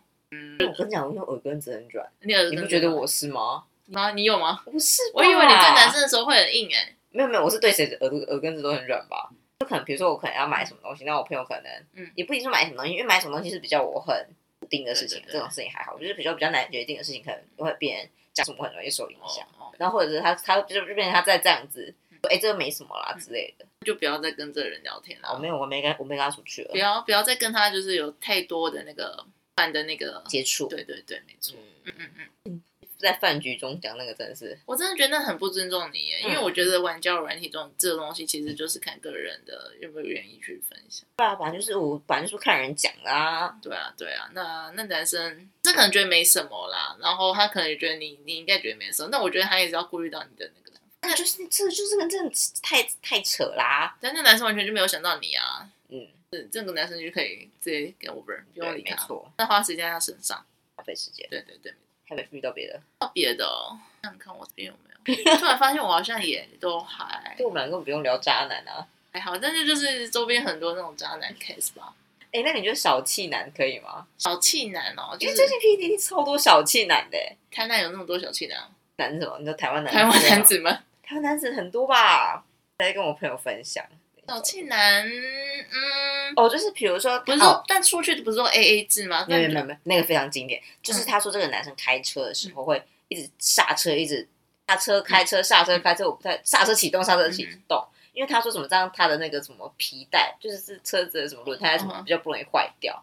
Speaker 1: 我跟你讲，因为耳根子很软，
Speaker 2: 你耳根
Speaker 1: 你
Speaker 2: 真
Speaker 1: 不
Speaker 2: 的
Speaker 1: 觉得我是吗？
Speaker 2: 吗？你有吗？
Speaker 1: 不是吧，
Speaker 2: 我以为你对男生的时候会很硬哎、
Speaker 1: 没有没有，我是对谁的耳朵耳根子都很软吧？就可能比如说我可能要买什么东西，那我朋友可能，
Speaker 2: 嗯
Speaker 1: 也不一定说买什么东西，因为买什么东西是比较我很固定的事情，
Speaker 2: 对对对
Speaker 1: 这种事情还好，就是比较比较难决定的事情，可能会别人讲什么很容易受影响，
Speaker 2: 哦，
Speaker 1: 然后或者是他他就就变成他再这样子，
Speaker 2: 嗯
Speaker 1: 哎、这个没什么啦之类的。
Speaker 2: 就不要再跟这个人聊天
Speaker 1: 我、
Speaker 2: 了，
Speaker 1: 没有，我没跟我没跟他出去
Speaker 2: 嗯不
Speaker 1: 了
Speaker 2: 要不要再跟他就是有太多的那个犯的那个，
Speaker 1: 接触，
Speaker 2: 对对对，没错，
Speaker 1: 嗯，
Speaker 2: 嗯嗯嗯，
Speaker 1: 在饭局中讲那个真的是，
Speaker 2: 我真的觉得很不尊重你耶，欸因为
Speaker 1: 嗯
Speaker 2: 我觉得玩交友软体这种这种东西其实就是看个人的愿不愿意去分享。
Speaker 1: 对啊，反正就是我反正就是看人讲啦、
Speaker 2: 对啊，对啊，那那男生这可能觉得没什么啦，然后他可能也觉得你你应该觉得没什么，但我觉得他也是要顾虑到你的那个。
Speaker 1: 那就是这就是跟这种太太扯啦，
Speaker 2: 但那男生完全就没有想到你啊，
Speaker 1: 嗯，
Speaker 2: 这这个男生就可以直接给我 over，不用
Speaker 1: 对，
Speaker 2: 理
Speaker 1: 没
Speaker 2: 他，
Speaker 1: 错，
Speaker 2: 那花时间在他身上。
Speaker 1: 浪费时间，
Speaker 2: 对对对，
Speaker 1: 还没遇到别的。
Speaker 2: 到别的、哦，看看我这边有没有。突然发现我好像也都还
Speaker 1: 对我们两个根本不用聊渣男啊。
Speaker 2: 还好，但是就是周边很多那种渣男 case 吧，
Speaker 1: 哎、那你觉得小气男可以吗？
Speaker 2: 小气男哦，
Speaker 1: 因
Speaker 2: 就
Speaker 1: 为
Speaker 2: 是
Speaker 1: 最近 P D D 超多小气男的、
Speaker 2: 台南有那么多小气男哦，
Speaker 1: 男嗯是什啊么？你说台湾男？
Speaker 2: 台湾男？子们
Speaker 1: 台湾男子很多吧？在跟我朋友分享。
Speaker 2: 小气男，嗯，
Speaker 1: 哦，就是比如说，
Speaker 2: 不是
Speaker 1: 哦
Speaker 2: 说，但出去不是说 A A 制吗？
Speaker 1: 没有
Speaker 2: 那嗯
Speaker 1: 没有没有，那个非常经典，就是他说这个男生开车的时候会一直刹车，一直刹车开车刹
Speaker 2: 嗯
Speaker 1: 车开车，我不太刹车启动刹车启动。因为他说什么，这样他的那个什么皮带，就是是车子的什么轮胎什
Speaker 2: 嗯
Speaker 1: 么
Speaker 2: 哼
Speaker 1: 比较不容易坏掉，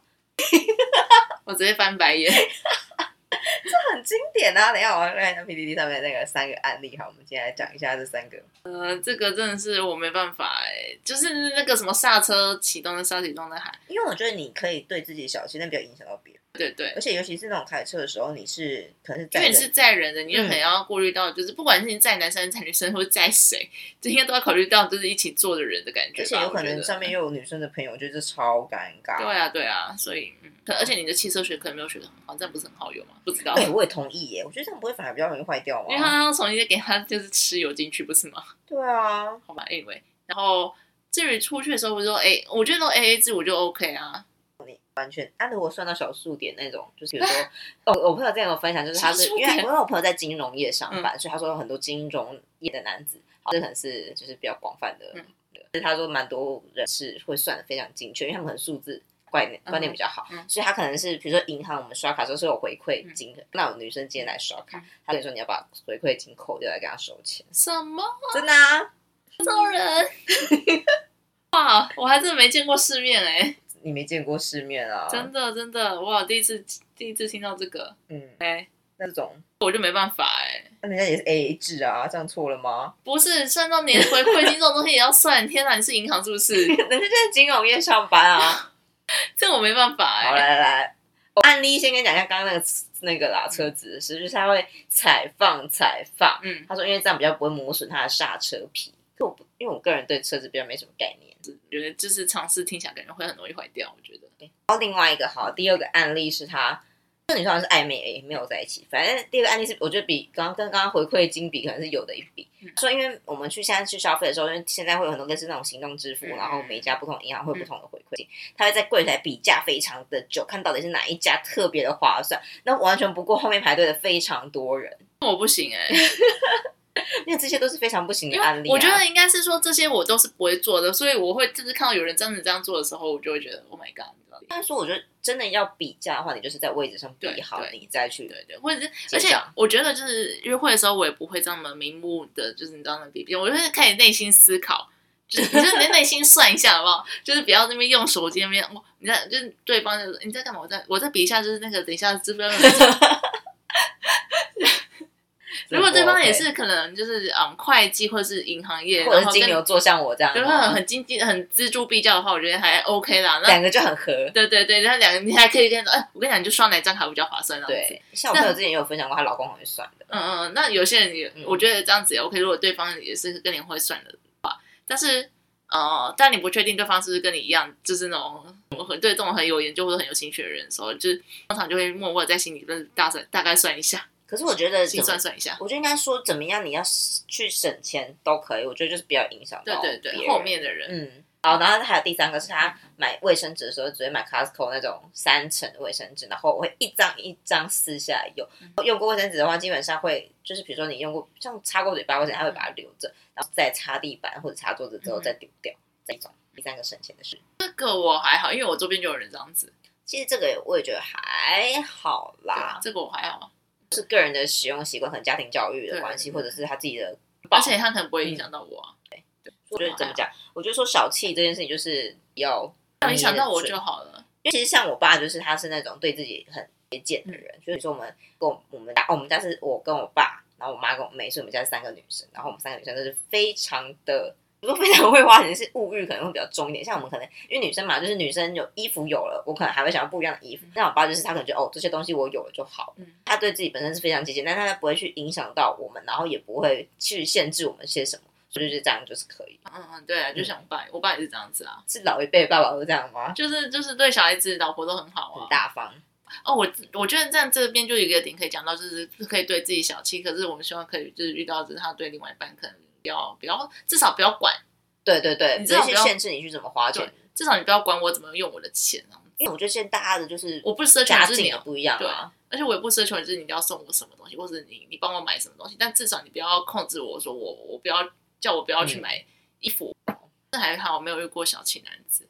Speaker 2: 我直接翻白眼。
Speaker 1: 很经典啊！等一下我来看 P D D 上面那个三个案例，好，我们今天来讲一下这三个。
Speaker 2: 呃，这个真的是我没办法哎、就是那个什么刹车启动的刹车启动的还
Speaker 1: 因为我觉得你可以对自己小心，但不要影响到别人。
Speaker 2: 对对
Speaker 1: 而，且尤其是那种开车的时候，你是可能是
Speaker 2: 因
Speaker 1: 在嗯
Speaker 2: 为
Speaker 1: 人
Speaker 2: 你是载人的，你就很要顾虑到，就是不管是你载男生、载女生，或者载谁，就应该都要考虑到就是一起坐的人的感
Speaker 1: 而
Speaker 2: 觉吧。
Speaker 1: 且有可
Speaker 2: 我觉
Speaker 1: 能
Speaker 2: 得
Speaker 1: 上面又有女生的朋友，我觉得这超尴尬。
Speaker 2: 对啊对啊，所以嗯，可而且你的汽车学可能没有学的很好，这样不是很好用吗？不知道，
Speaker 1: 对，我也同意耶。我觉得这样不会反而比较容易坏掉
Speaker 2: 因为他
Speaker 1: 吗？
Speaker 2: 要重新再给他就是吃油进去，不是吗？
Speaker 1: 对啊，
Speaker 2: 好吧，anyway，然后至于出去的时候，我就说，哎、我觉得都 A A 制，我就 OK 啊。
Speaker 1: 啊，如果算到小数点那种，就是比如说，哦，我朋友之前有分享，就是他是
Speaker 2: 小数
Speaker 1: 因
Speaker 2: 点嗯
Speaker 1: 为因为我朋友在金融业上班，所以他说有很多金融业的男子，好这可能是就是比较广泛的。
Speaker 2: 嗯
Speaker 1: 就是他说蛮多人是会算的非常精确，因为他们可能数字观念观念比较好，
Speaker 2: 嗯嗯
Speaker 1: 所以他可能是比如说银行我们刷卡的时候是有回馈
Speaker 2: 嗯
Speaker 1: 金的，那有女生今天来刷卡
Speaker 2: 嗯，
Speaker 1: 他跟你说你要把回馈金扣掉来给他收钱，
Speaker 2: 什么
Speaker 1: 真的啊？
Speaker 2: 这种 人？哇，我还真的没见过世面哎、
Speaker 1: 你没见过世面啊？
Speaker 2: 真的真的，哇，第一次第一次听到这个，
Speaker 1: 嗯，
Speaker 2: 哎、
Speaker 1: 那种
Speaker 2: 我就没办法哎、
Speaker 1: 那人家也是 A A 制啊，这样错了吗？
Speaker 2: 不是算到年回馈金这种东西也要算，天哪，你是银行是不 是？
Speaker 1: 人家在金融业上班啊。
Speaker 2: 这我没办法
Speaker 1: 好，
Speaker 2: 哎、
Speaker 1: 来来来，我案例先跟你讲一下刚刚那个那个啦，车子的事，就是他会踩放踩放。
Speaker 2: 嗯，
Speaker 1: 他说因为这样比较不会磨损它的刹车皮。可我不，因为我个人对车子比较没什么概念。
Speaker 2: 觉得就是尝试听起来感觉会很容易坏掉，我觉得。
Speaker 1: 然后另外一个好，第二个案例是他。这女生好像是暧昧而已，没有在一起。反正第二个案例是，我觉得比刚刚跟刚刚回馈金比，可能是有的一比。
Speaker 2: 嗯
Speaker 1: 说，因为我们去现在去消费的时候，因为现在会有很多类似那种行动支付，
Speaker 2: 嗯
Speaker 1: 然后每一家不同的银行会有不同的回馈金，他会在柜台比价非常的久，看到底是哪一家特别的划算。那完全不过后面排队的非常多人，
Speaker 2: 我不行哎、
Speaker 1: 因为这些都是非常不行
Speaker 2: 因
Speaker 1: 的案例、
Speaker 2: 为
Speaker 1: 啊。
Speaker 2: 我觉得应该是说这些我都是不会做的，所以我会就是看到有人真的这样做的时候，我就会觉得 Oh my God，你知道吗
Speaker 1: 但是说，我觉得真的要比价的话，你就是在位置上
Speaker 2: 对
Speaker 1: 比好，
Speaker 2: 对
Speaker 1: 你再去。
Speaker 2: 对对，或者是
Speaker 1: 欣
Speaker 2: 而且
Speaker 1: 赏
Speaker 2: 我觉得就是约会的时候，我也不会这么明目的，就是你知道那比比，我就是开始内心思考。就是你就是内心算一下好不好？就是不要那边用手机那边，哦你在就是对方就说你在干嘛？我在我在比一下，就是那个等一下支付要不要如果对方也是可能就是嗯会计或者是银行业，
Speaker 1: 或者
Speaker 2: 然
Speaker 1: 是
Speaker 2: 后
Speaker 1: 金
Speaker 2: 跟
Speaker 1: 牛座像我这样
Speaker 2: 就
Speaker 1: 的
Speaker 2: 是
Speaker 1: 话，
Speaker 2: 很很经济、很锱铢必较的话，我觉得还 OK 啦。那
Speaker 1: 两个就很合。
Speaker 2: 对对对，那两个你还可以跟他说，哎，我跟你讲，你就刷哪一张卡比较划算。这样子，
Speaker 1: 对，像我朋友之前也有分享过，她老公很会算的。
Speaker 2: 嗯嗯，那有些人也，
Speaker 1: 嗯
Speaker 2: 我觉得这样子也 OK。如果对方也是跟你会算的话，但是呃，但你不确定对方是不是跟你一样，就是那种我很对这种很有研究或者很有兴趣的人的时候，就是通常就会默默在心里就是大算大概算一下，
Speaker 1: 可是我觉得
Speaker 2: 心
Speaker 1: 怎
Speaker 2: 算
Speaker 1: 么，
Speaker 2: 算一下。
Speaker 1: 我觉得应该说怎么样，你要去省钱都可以。我觉得就是不要影响
Speaker 2: 对
Speaker 1: 到
Speaker 2: 对对，
Speaker 1: 哦别人
Speaker 2: 后面的人，
Speaker 1: 嗯，好，然后还有第三个是他买卫生纸的时候，只会买 Costco 那种三层的卫生纸，然后我会一张一张撕下来用。
Speaker 2: 嗯
Speaker 1: 用过卫生纸的话，基本上会就是比如说你用过像擦过嘴巴卫生纸，他会把它留着，然后再擦地板或者擦桌子之后
Speaker 2: 嗯
Speaker 1: 再丢掉，这种第三个省钱的事。
Speaker 2: 这个我还好，因为我周边就有人这样子，
Speaker 1: 其实这个我也觉得还好啦
Speaker 2: 对，啊这个我还好，
Speaker 1: 就是个人的使用习惯，可能家庭教育的
Speaker 2: 对
Speaker 1: 关系，
Speaker 2: 对
Speaker 1: 或者是他自己的。
Speaker 2: 而且他可能不
Speaker 1: 嗯
Speaker 2: 会影响到我啊。
Speaker 1: 我觉得怎么讲？我觉得说小气这件事情就是要
Speaker 2: 没有影响到我
Speaker 1: 就。
Speaker 2: 就好了。
Speaker 1: 因为其实像我爸，就是他是那种对自己很节俭的
Speaker 2: 嗯
Speaker 1: 人，所以说我们跟我我们家、哦，我们家是我跟我爸，然后我妈跟我妹，所以我们家是三个女生，然后我们三个女生都是非常的。不是说非常会花钱，是物欲可能会比较重一点。像我们可能因为女生嘛，就是女生有衣服有了，我可能还会想要不一样的衣服
Speaker 2: 嗯。
Speaker 1: 但我爸就是他可能觉得哦，这些东西我有了就好。
Speaker 2: 嗯，
Speaker 1: 他对自己本身是非常节俭，但他不会去影响到我们，然后也不会去限制我们些什么，所以就是这样就是可以。
Speaker 2: 嗯嗯，对啊，就像我爸，我爸也是这样子啊，
Speaker 1: 是老一辈爸爸都这样吗？
Speaker 2: 就是就是对小孩子、老婆都很好
Speaker 1: 很
Speaker 2: 啊。
Speaker 1: 大方。
Speaker 2: 哦，我我觉得在这边就有一个点可以讲到，就是可以对自己小气，可是我们希望可以就是遇到，就是他对另外一半可能比较比较，至少不要管，
Speaker 1: 对对对，
Speaker 2: 你
Speaker 1: 不
Speaker 2: 知道
Speaker 1: 是去
Speaker 2: 不要
Speaker 1: 限制你去怎么花钱
Speaker 2: 对。至少你不要管我怎么用我的钱啊。
Speaker 1: 因为我觉得现在大家的就是
Speaker 2: 我不奢求
Speaker 1: 家
Speaker 2: 就是
Speaker 1: 境
Speaker 2: 你哦
Speaker 1: 也，不一样啊，
Speaker 2: 而且我也不奢求就是你一定要送我什么东西，或者你你帮我买什么东西，但至少你不要控制我说我我不要叫我不要去
Speaker 1: 嗯
Speaker 2: 买衣服。哦这还好，没有遇过小气男子。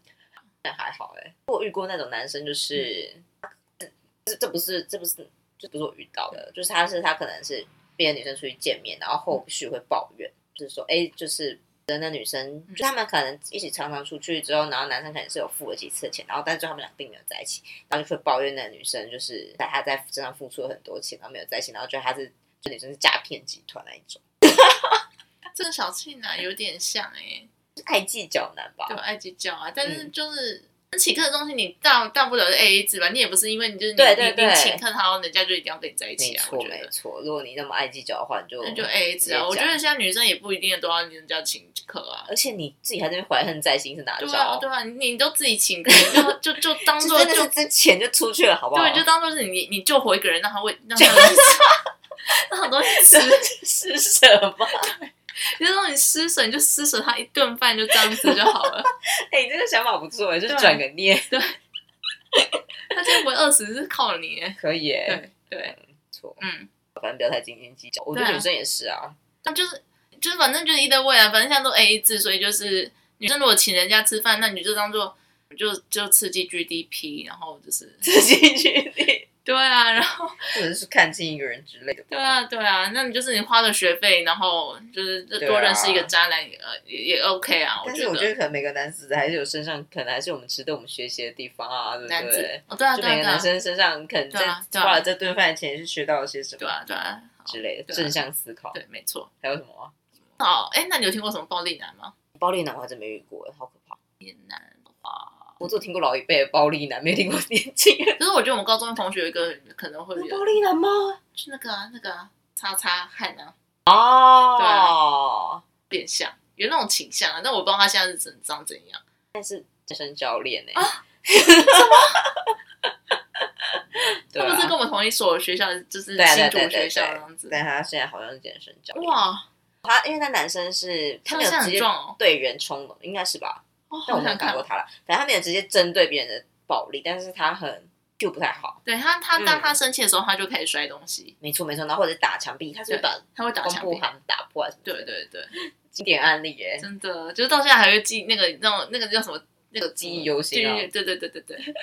Speaker 1: 但还好哎、我遇过那种男生，就是、
Speaker 2: 嗯
Speaker 1: 这这不是这不是这不是我遇到的，就是他是他可能是别的女生出去见面，然后后续会抱怨，就是说哎、就是。的那女生，
Speaker 2: 嗯
Speaker 1: 就他们可能一起常常出去之后，然后男生可能是有付了几次钱，然后但是他们俩并没有在一起，然后就会抱怨那个女生，就是在他在身上付出了很多钱，然后没有在一起，然后觉得他是这女生是诈骗集团那一种，
Speaker 2: 这个小气男有点像哎、
Speaker 1: 就是爱计较男吧？
Speaker 2: 对，爱计较啊。但
Speaker 1: 嗯
Speaker 2: 是就是、请客的东西，你大大不了是 A A 制吧，你也不是因为你就是你
Speaker 1: 对对
Speaker 2: 你
Speaker 1: 对
Speaker 2: 你请客，然后人家就一定要跟你在一
Speaker 1: 没
Speaker 2: 起啊。我
Speaker 1: 错
Speaker 2: 觉
Speaker 1: 没
Speaker 2: 得
Speaker 1: 错，如果你那么爱计较的话，你就
Speaker 2: 那就 A A 制啊。我
Speaker 1: 直接
Speaker 2: 觉
Speaker 1: 讲
Speaker 2: 得现在女生也不一定都要人家请客啊。
Speaker 1: 而且你自己还在那边怀恨在心是哪
Speaker 2: 对
Speaker 1: 招？
Speaker 2: 啊，对啊，你你都自己请客，你就就就当
Speaker 1: 就
Speaker 2: 做
Speaker 1: 真的
Speaker 2: 就是
Speaker 1: 之前就出去了，好不好？
Speaker 2: 对，就当做是你你救活一个人，让他喂让他有东西吃 让他有东西吃，
Speaker 1: 是什么？
Speaker 2: 就让你施舍，你就施舍他一顿饭，就这样子就好了。
Speaker 1: 哎、你这个想法不错，就
Speaker 2: 对啊
Speaker 1: 转个念
Speaker 2: 他今天不会饿死，是靠你耶。
Speaker 1: 可以耶，
Speaker 2: 对对，
Speaker 1: 不错，
Speaker 2: 嗯。
Speaker 1: 反正不要太斤斤计较。我觉得
Speaker 2: 对啊
Speaker 1: 女生也是啊，
Speaker 2: 那就是就是反正就是一堆未来，反正现在都 A A 制，所以就是女生如果请人家吃饭，那你就当做就就刺激 G D P，然后 就是
Speaker 1: 自己决定，
Speaker 2: 对啊，然后
Speaker 1: 或者是看清一个人之类的。
Speaker 2: 对，啊对啊，那你就是你花了学费，然后就是就
Speaker 1: 对啊
Speaker 2: 多认识一个渣男也、呃也也 OK 啊，我
Speaker 1: 但
Speaker 2: 觉
Speaker 1: 是我
Speaker 2: 得。
Speaker 1: 觉得可能每个男子还是有身上，可能还是我们值得我们学习的地方啊，对
Speaker 2: 男
Speaker 1: 不
Speaker 2: 子
Speaker 1: 对？
Speaker 2: 哦，对啊，
Speaker 1: 就
Speaker 2: 对
Speaker 1: 每
Speaker 2: 啊，
Speaker 1: 个
Speaker 2: 对啊
Speaker 1: 男，生身上可能
Speaker 2: 对啊
Speaker 1: 在
Speaker 2: 对啊
Speaker 1: 花了这顿饭钱是学到了些什
Speaker 2: 对
Speaker 1: 么
Speaker 2: 啊，对啊，好
Speaker 1: 之类的，
Speaker 2: 对啊
Speaker 1: 正向思考。
Speaker 2: 对，没错。
Speaker 1: 还有什么啊？
Speaker 2: 好，哎，那你有听过什么暴力男 吗？
Speaker 1: 暴力男我还真没遇过，好可怕！
Speaker 2: 年男的话，
Speaker 1: 我只有听过老一辈的暴力男，没听过年轻 人。
Speaker 2: 可是我觉得我们高中的同学有一个可能会比较，
Speaker 1: 暴力男吗？
Speaker 2: 就是那个啊，那个啊，叉叉汉啊，对啊
Speaker 1: 哦，
Speaker 2: 变相，有那种倾向啊，但我不知道他现在是怎长怎样。
Speaker 1: 健身教练呢、欸？
Speaker 2: 啊
Speaker 1: 对
Speaker 2: 他不是
Speaker 1: 啊，
Speaker 2: 跟我们同一所学校，就是
Speaker 1: 对啊对
Speaker 2: 新
Speaker 1: 啊
Speaker 2: 竹
Speaker 1: 对啊
Speaker 2: 学
Speaker 1: 对
Speaker 2: 校
Speaker 1: 啊
Speaker 2: 这样子。
Speaker 1: 但他现在好像是健身教练。
Speaker 2: 哇，
Speaker 1: 他因为那男生是他
Speaker 2: 他
Speaker 1: 没
Speaker 2: 现
Speaker 1: 有
Speaker 2: 在
Speaker 1: 直
Speaker 2: 很
Speaker 1: 接
Speaker 2: 壮哦，
Speaker 1: 对人冲的，应该是吧？
Speaker 2: 哦，
Speaker 1: 但我
Speaker 2: 好
Speaker 1: 没有
Speaker 2: 想
Speaker 1: 看
Speaker 2: 看
Speaker 1: 过。他了，反正他没有直接针对别人的暴力，但是他很就不太好。
Speaker 2: 对他，他
Speaker 1: 嗯
Speaker 2: 当他生气的时候，他就开始摔东西，
Speaker 1: 没错没错，然后或者打墙壁，他是
Speaker 2: 对
Speaker 1: 不是把
Speaker 2: 他会打
Speaker 1: 公
Speaker 2: 墙
Speaker 1: 布
Speaker 2: 壁。
Speaker 1: 函打破啊什么之类
Speaker 2: 对
Speaker 1: 的，
Speaker 2: 对对，
Speaker 1: 经典案例耶、
Speaker 2: 真的，就是到现在还会记那个那种那个叫什么那个
Speaker 1: 记忆犹新啊
Speaker 2: 对对对对对对，对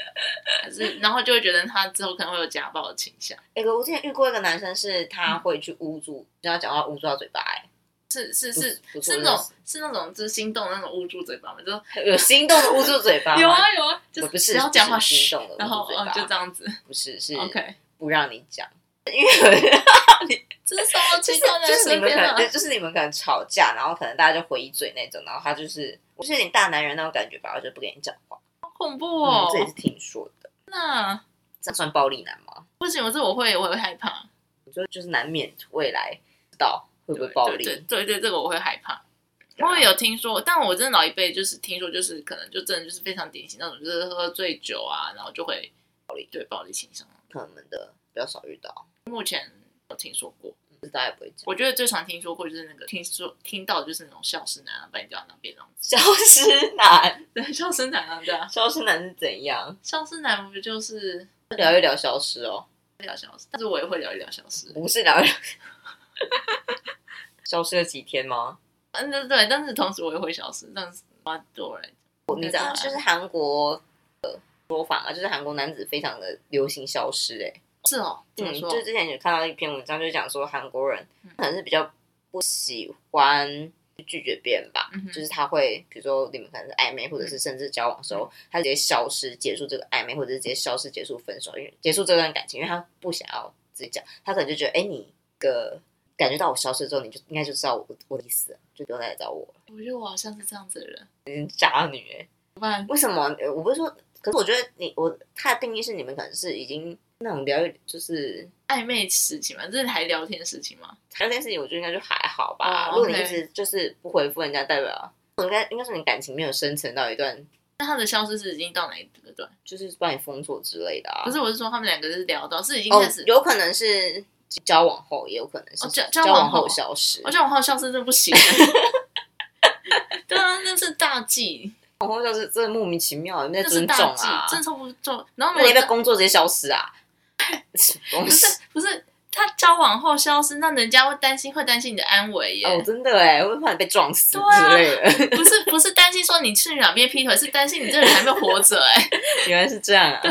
Speaker 2: 还是然后就会觉得他之后可能会有家暴的倾向，
Speaker 1: 哎、我之前遇过一个男生，是
Speaker 2: 嗯
Speaker 1: 他会去捂住，跟他讲话捂住他嘴巴、欸，
Speaker 2: 是是
Speaker 1: 不
Speaker 2: 是
Speaker 1: 不错
Speaker 2: 是
Speaker 1: 认
Speaker 2: 那种
Speaker 1: 识
Speaker 2: 是那种就是心动的那种捂住嘴巴嘛，就说
Speaker 1: 有心动的捂住嘴巴吗
Speaker 2: 有啊有啊，就
Speaker 1: 我不是
Speaker 2: 然后讲话
Speaker 1: 不是心
Speaker 2: 嘘
Speaker 1: 动的，
Speaker 2: 然后
Speaker 1: 捂住嘴巴
Speaker 2: 哦就这样子
Speaker 1: 不是，是
Speaker 2: ，OK，
Speaker 1: 不让你讲，
Speaker 2: 这是什么
Speaker 1: 就是
Speaker 2: 奇怪的
Speaker 1: 就是你
Speaker 2: 身
Speaker 1: 们
Speaker 2: 边
Speaker 1: 可
Speaker 2: 啊？
Speaker 1: 能就是你们可能吵架，然后可能大家就回一嘴那种，然后他就是我是有点大男人那种感觉吧，我就不跟你讲话。
Speaker 2: 好恐怖
Speaker 1: 嗯
Speaker 2: 哦，！
Speaker 1: 这也是听说的，
Speaker 2: 那
Speaker 1: 这样算暴力男吗？
Speaker 2: 不行，我这我会我会害怕，
Speaker 1: 我觉得就是难免未来不知道会不会暴力，
Speaker 2: 对对对对，这个我会害怕。
Speaker 1: 对啊
Speaker 2: 我也有听说，但我真的老一辈就是听说，就是可能就真的就是非常典型那种，就是喝醉酒啊，然后就会暴力对暴力倾向。
Speaker 1: 可能的比较少遇到。
Speaker 2: 目前有听说过，
Speaker 1: 嗯大家也不会讲。
Speaker 2: 我觉得最常听说过就是那个听说听到的就是那种消失男啊，把你掉到那边 那种。
Speaker 1: 消失男，
Speaker 2: 对，消失男啊，对啊，
Speaker 1: 消失男是怎样？
Speaker 2: 消失男不就是
Speaker 1: 聊一聊消失哦，
Speaker 2: 聊消失？但是我也会聊一聊消失。
Speaker 1: 不是聊一聊 消失了几天吗？
Speaker 2: 嗯，对对，但是同时我也会消失，但是啊，对我来讲，
Speaker 1: 你啊知道，就是韩国的说法啊嘛，就是韩国男子非常的流行消失、欸，哎，
Speaker 2: 是哦，怎么
Speaker 1: 嗯，
Speaker 2: 说？
Speaker 1: 就之前有看到一篇文章，就是讲说韩国人可能是比较不喜欢拒绝别人吧，
Speaker 2: 嗯哼
Speaker 1: 就是他会，比如说你们可能是暧昧，或者是甚至交往的时候，
Speaker 2: 嗯
Speaker 1: 他直接消失，结束这个暧昧，或者是直接消失，结束分手，因为结束这段感情，因为他不想要自己讲，他可能就觉得，哎、你个感觉到我消失之后，你就应该就知道我我的意思了，就不用再来找我了，
Speaker 2: 我觉得我好像是这样子的人，
Speaker 1: 渣女、欸，
Speaker 2: 不然
Speaker 1: 为什么？呃我不是说，可是我觉得你我他的定义是你们可能是已经那种聊一，就是
Speaker 2: 暧昧事情嘛，这是还聊天事情嘛，
Speaker 1: 聊天事情，我觉得应该就还好吧。如
Speaker 2: 哦
Speaker 1: 果你
Speaker 2: OK
Speaker 1: 一直就是不回复人家，代表我应该应该说你感情没有深层到一段，
Speaker 2: 那他的消失是已经到哪一个段？
Speaker 1: 就是把你封锁之类的啊。
Speaker 2: 不是，我是说他们两个是聊到是已经
Speaker 1: 哦
Speaker 2: 开始，，
Speaker 1: 有可能是交往后，也有可能是
Speaker 2: 哦交
Speaker 1: 交
Speaker 2: 交往后哦
Speaker 1: 后消失。哦
Speaker 2: 我觉得我好消失真的不行。啊 对啊，那是大忌，
Speaker 1: 交往后消失，真的莫名其妙，你在
Speaker 2: 那是
Speaker 1: 尊
Speaker 2: 大
Speaker 1: 重
Speaker 2: 忌，
Speaker 1: 啊？
Speaker 2: 真的超不重。然后
Speaker 1: 那你
Speaker 2: 我
Speaker 1: 被工作直接消失 啊？什么东
Speaker 2: 不
Speaker 1: 西
Speaker 2: 是不是，他交往后消失，那人家会担心，会担心你的安危耶。
Speaker 1: 哦，真的哎，我怕你被撞死
Speaker 2: 对啊
Speaker 1: 之类的。
Speaker 2: 不是不是担心说你去哪边劈腿，是担心你这个人还没有活着哎、
Speaker 1: 原来是这样啊！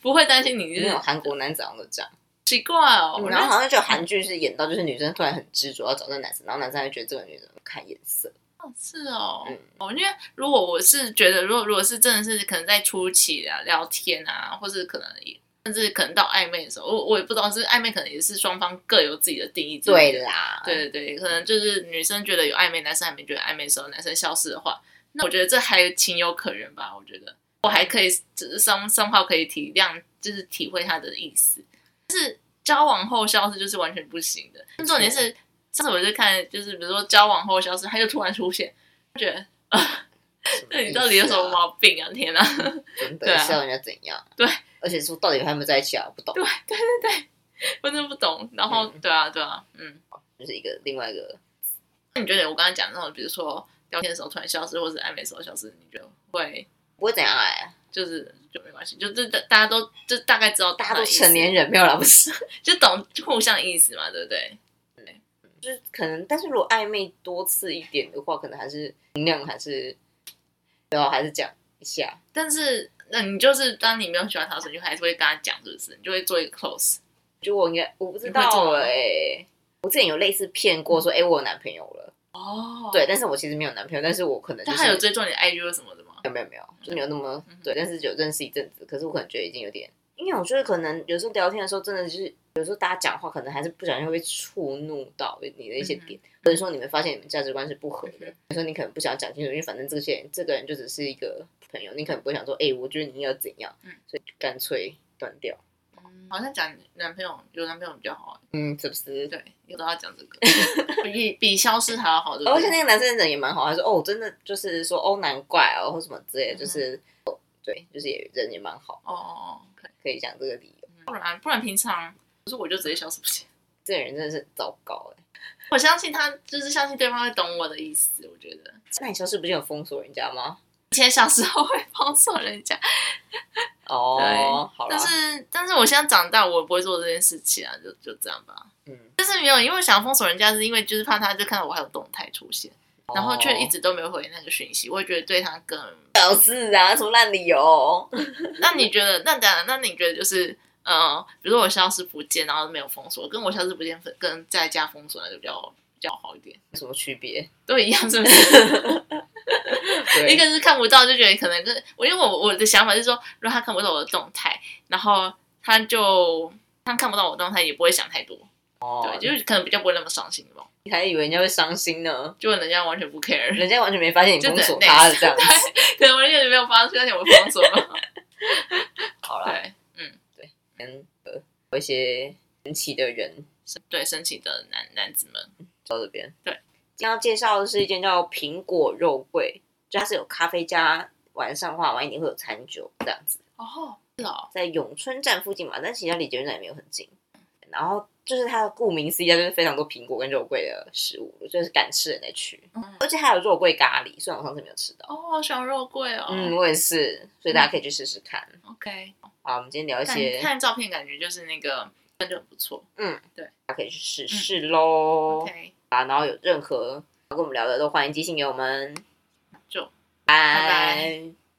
Speaker 2: 不会担心你
Speaker 1: 那
Speaker 2: 这
Speaker 1: 种韩国男子好像都这样。
Speaker 2: 奇怪哦。
Speaker 1: 嗯然后好像就有韩剧是演到，就是女生突然很执着要找这个男生，然后男生还觉得这个女生看眼色。
Speaker 2: 哦是哦，
Speaker 1: 嗯
Speaker 2: 哦，因为如果我是觉得，如果如果是真的是可能在初期啊聊天啊，或是可能也甚至可能到暧昧的时候，我我也不知道是暧昧，可能也是双方各有自己的定义。
Speaker 1: 对，啦，
Speaker 2: 对对对，可能就是女生觉得有暧昧，男生还没觉得暧昧的时候，男生消失的话，那我觉得这还情有可原吧。我觉得我还可以，只是上上号可以体谅，就是体会他的意思。但是交往后消失就是完全不行的。重点是上次我就看，就是比如说交往后消失，他就突然出现，我觉得
Speaker 1: 什么意思啊，
Speaker 2: 那你到底有什么毛病啊？天啊！
Speaker 1: 真
Speaker 2: 对
Speaker 1: 的
Speaker 2: 啊
Speaker 1: 是要人家怎样？
Speaker 2: 对，
Speaker 1: 而且说到底还有没有在一起啊？我不懂，
Speaker 2: 我真的不懂。然后
Speaker 1: 嗯
Speaker 2: 对啊对啊，嗯，
Speaker 1: 就是一个另外一个，
Speaker 2: 那你觉得我刚刚讲的那种，比如说聊天的时候突然消失，或是暧昧的时候消失，你觉得会？
Speaker 1: 不会怎样哎，
Speaker 2: 就是就没关系，就是大大家都就大概知道，
Speaker 1: 大家都成，年人没有啦，不是？
Speaker 2: 就懂互相意思嘛，对不对？
Speaker 1: 就是可能，但是如果暧昧多次一点的话，可能还是尽量还是，然后还是讲一下。
Speaker 2: 但是那你就是当你没有喜欢他的时候，你就还是会跟他讲，是不是？你就会做一个 close。
Speaker 1: 就我应该我不知
Speaker 2: 你会做
Speaker 1: 道
Speaker 2: 吗
Speaker 1: 哎、我之前有类似骗过说，哎、我有男朋友了，
Speaker 2: 哦
Speaker 1: 对，，但是我其实没有男朋友，但是我可能就
Speaker 2: 但
Speaker 1: 是
Speaker 2: 他有追踪你的 IG 或什么的吗？
Speaker 1: 没有没有，就没有那么
Speaker 2: 嗯
Speaker 1: 对，但是有认识一阵子，可是我可能觉得已经有点，因为我觉得可能有时候聊天的时候，真的就是有时候大家讲话，可能还是不小心会被触怒到你的一些点，或者说你们发现你们价值观是不合的
Speaker 2: 嗯，
Speaker 1: 有时候你可能不想讲清楚，因为反正这些人这个人就只是一个朋友，你可能不会想说，哎、我觉得你要怎样
Speaker 2: 嗯，
Speaker 1: 所以就干脆断掉，
Speaker 2: 嗯好像讲男朋友有男朋友比较好，啊
Speaker 1: 嗯，是不是？
Speaker 2: 对，有都要讲 这个，比比消失还要好，对不
Speaker 1: 而且
Speaker 2: 对？
Speaker 1: 那个男生人也蛮好，他说哦，真的就是说哦，难怪哦，或什么之
Speaker 2: 嗯
Speaker 1: 类的，就是、哦对，就是也人也蛮好，
Speaker 2: 哦哦哦，可以，
Speaker 1: 可以讲这个理由。
Speaker 2: 不然不然平常不是我就直接消失不行。
Speaker 1: 这个人真的是很糟糕哎、
Speaker 2: 我相信他，就是相信对方会懂我的意思，我觉得。
Speaker 1: 那你消失不是有封锁人家吗？
Speaker 2: 以前小时候会封锁人家，
Speaker 1: 哦，好啦
Speaker 2: 但，是，但是我现在长大，我不会做这件事情啊，就就这样吧。
Speaker 1: 嗯，
Speaker 2: 但是没有，因为我想封锁人家，是因为就是怕他就看到我还有动态出现，
Speaker 1: 哦
Speaker 2: 然后却一
Speaker 1: 直
Speaker 2: 直都没有回那个讯息，我会觉得对他更……
Speaker 1: 表示啊，什么烂理由？
Speaker 2: 那你觉得？那当然，那你觉得就是呃，比如说我消失不见，然后没有封锁，跟我消失不见跟在家封锁那就比较比较好一点，
Speaker 1: 有什么区别？
Speaker 2: 都一样，是不是？
Speaker 1: 对
Speaker 2: 一个是看不到，就觉得可能就是我，因为我我的想法是说，如果他看不到我的动态，然后他就他看不到我的动态，也不会想太多，
Speaker 1: 哦
Speaker 2: 对，，就是可能比较不会那么伤心吧。
Speaker 1: 你还以为人家会伤心呢，
Speaker 2: 就人家完全不 care，
Speaker 1: 人家完全没发现你
Speaker 2: 就
Speaker 1: 封
Speaker 2: 等
Speaker 1: 锁
Speaker 2: 那
Speaker 1: 他
Speaker 2: 一
Speaker 1: 的这样子。
Speaker 2: 可能完全没有发现我封锁了。
Speaker 1: 好啦，
Speaker 2: 对
Speaker 1: 嗯，呃有一些神奇的人
Speaker 2: 是对，申请的男男子们，
Speaker 1: 到这边。
Speaker 2: 对，
Speaker 1: 今天要介绍的是一间叫苹果肉桂，就它是有咖啡加晚上的话，晚一点会有餐酒这样子。
Speaker 2: 哦，是哦，
Speaker 1: 在永春站附近嘛，但其实它离捷运站也没有很近。然后就是它的顾名思义，它就是非常多苹果跟肉桂的食物，就是敢吃人在去，
Speaker 2: 嗯
Speaker 1: 而且还有肉桂咖喱，虽然我上次没有吃到。
Speaker 2: 哦，我喜欢肉桂哦。
Speaker 1: 嗯，我也是，所以大家可以去试试看。
Speaker 2: ，OK。
Speaker 1: 好，我们今天聊一
Speaker 2: 看
Speaker 1: 些，
Speaker 2: 看照片，感觉就是那个真的不错。
Speaker 1: 大家可以去试试喽。
Speaker 2: 嗯 OK，
Speaker 1: 啊，然后有任何跟我们聊的都欢迎寄信给我们。
Speaker 2: 就
Speaker 1: 拜
Speaker 2: 拜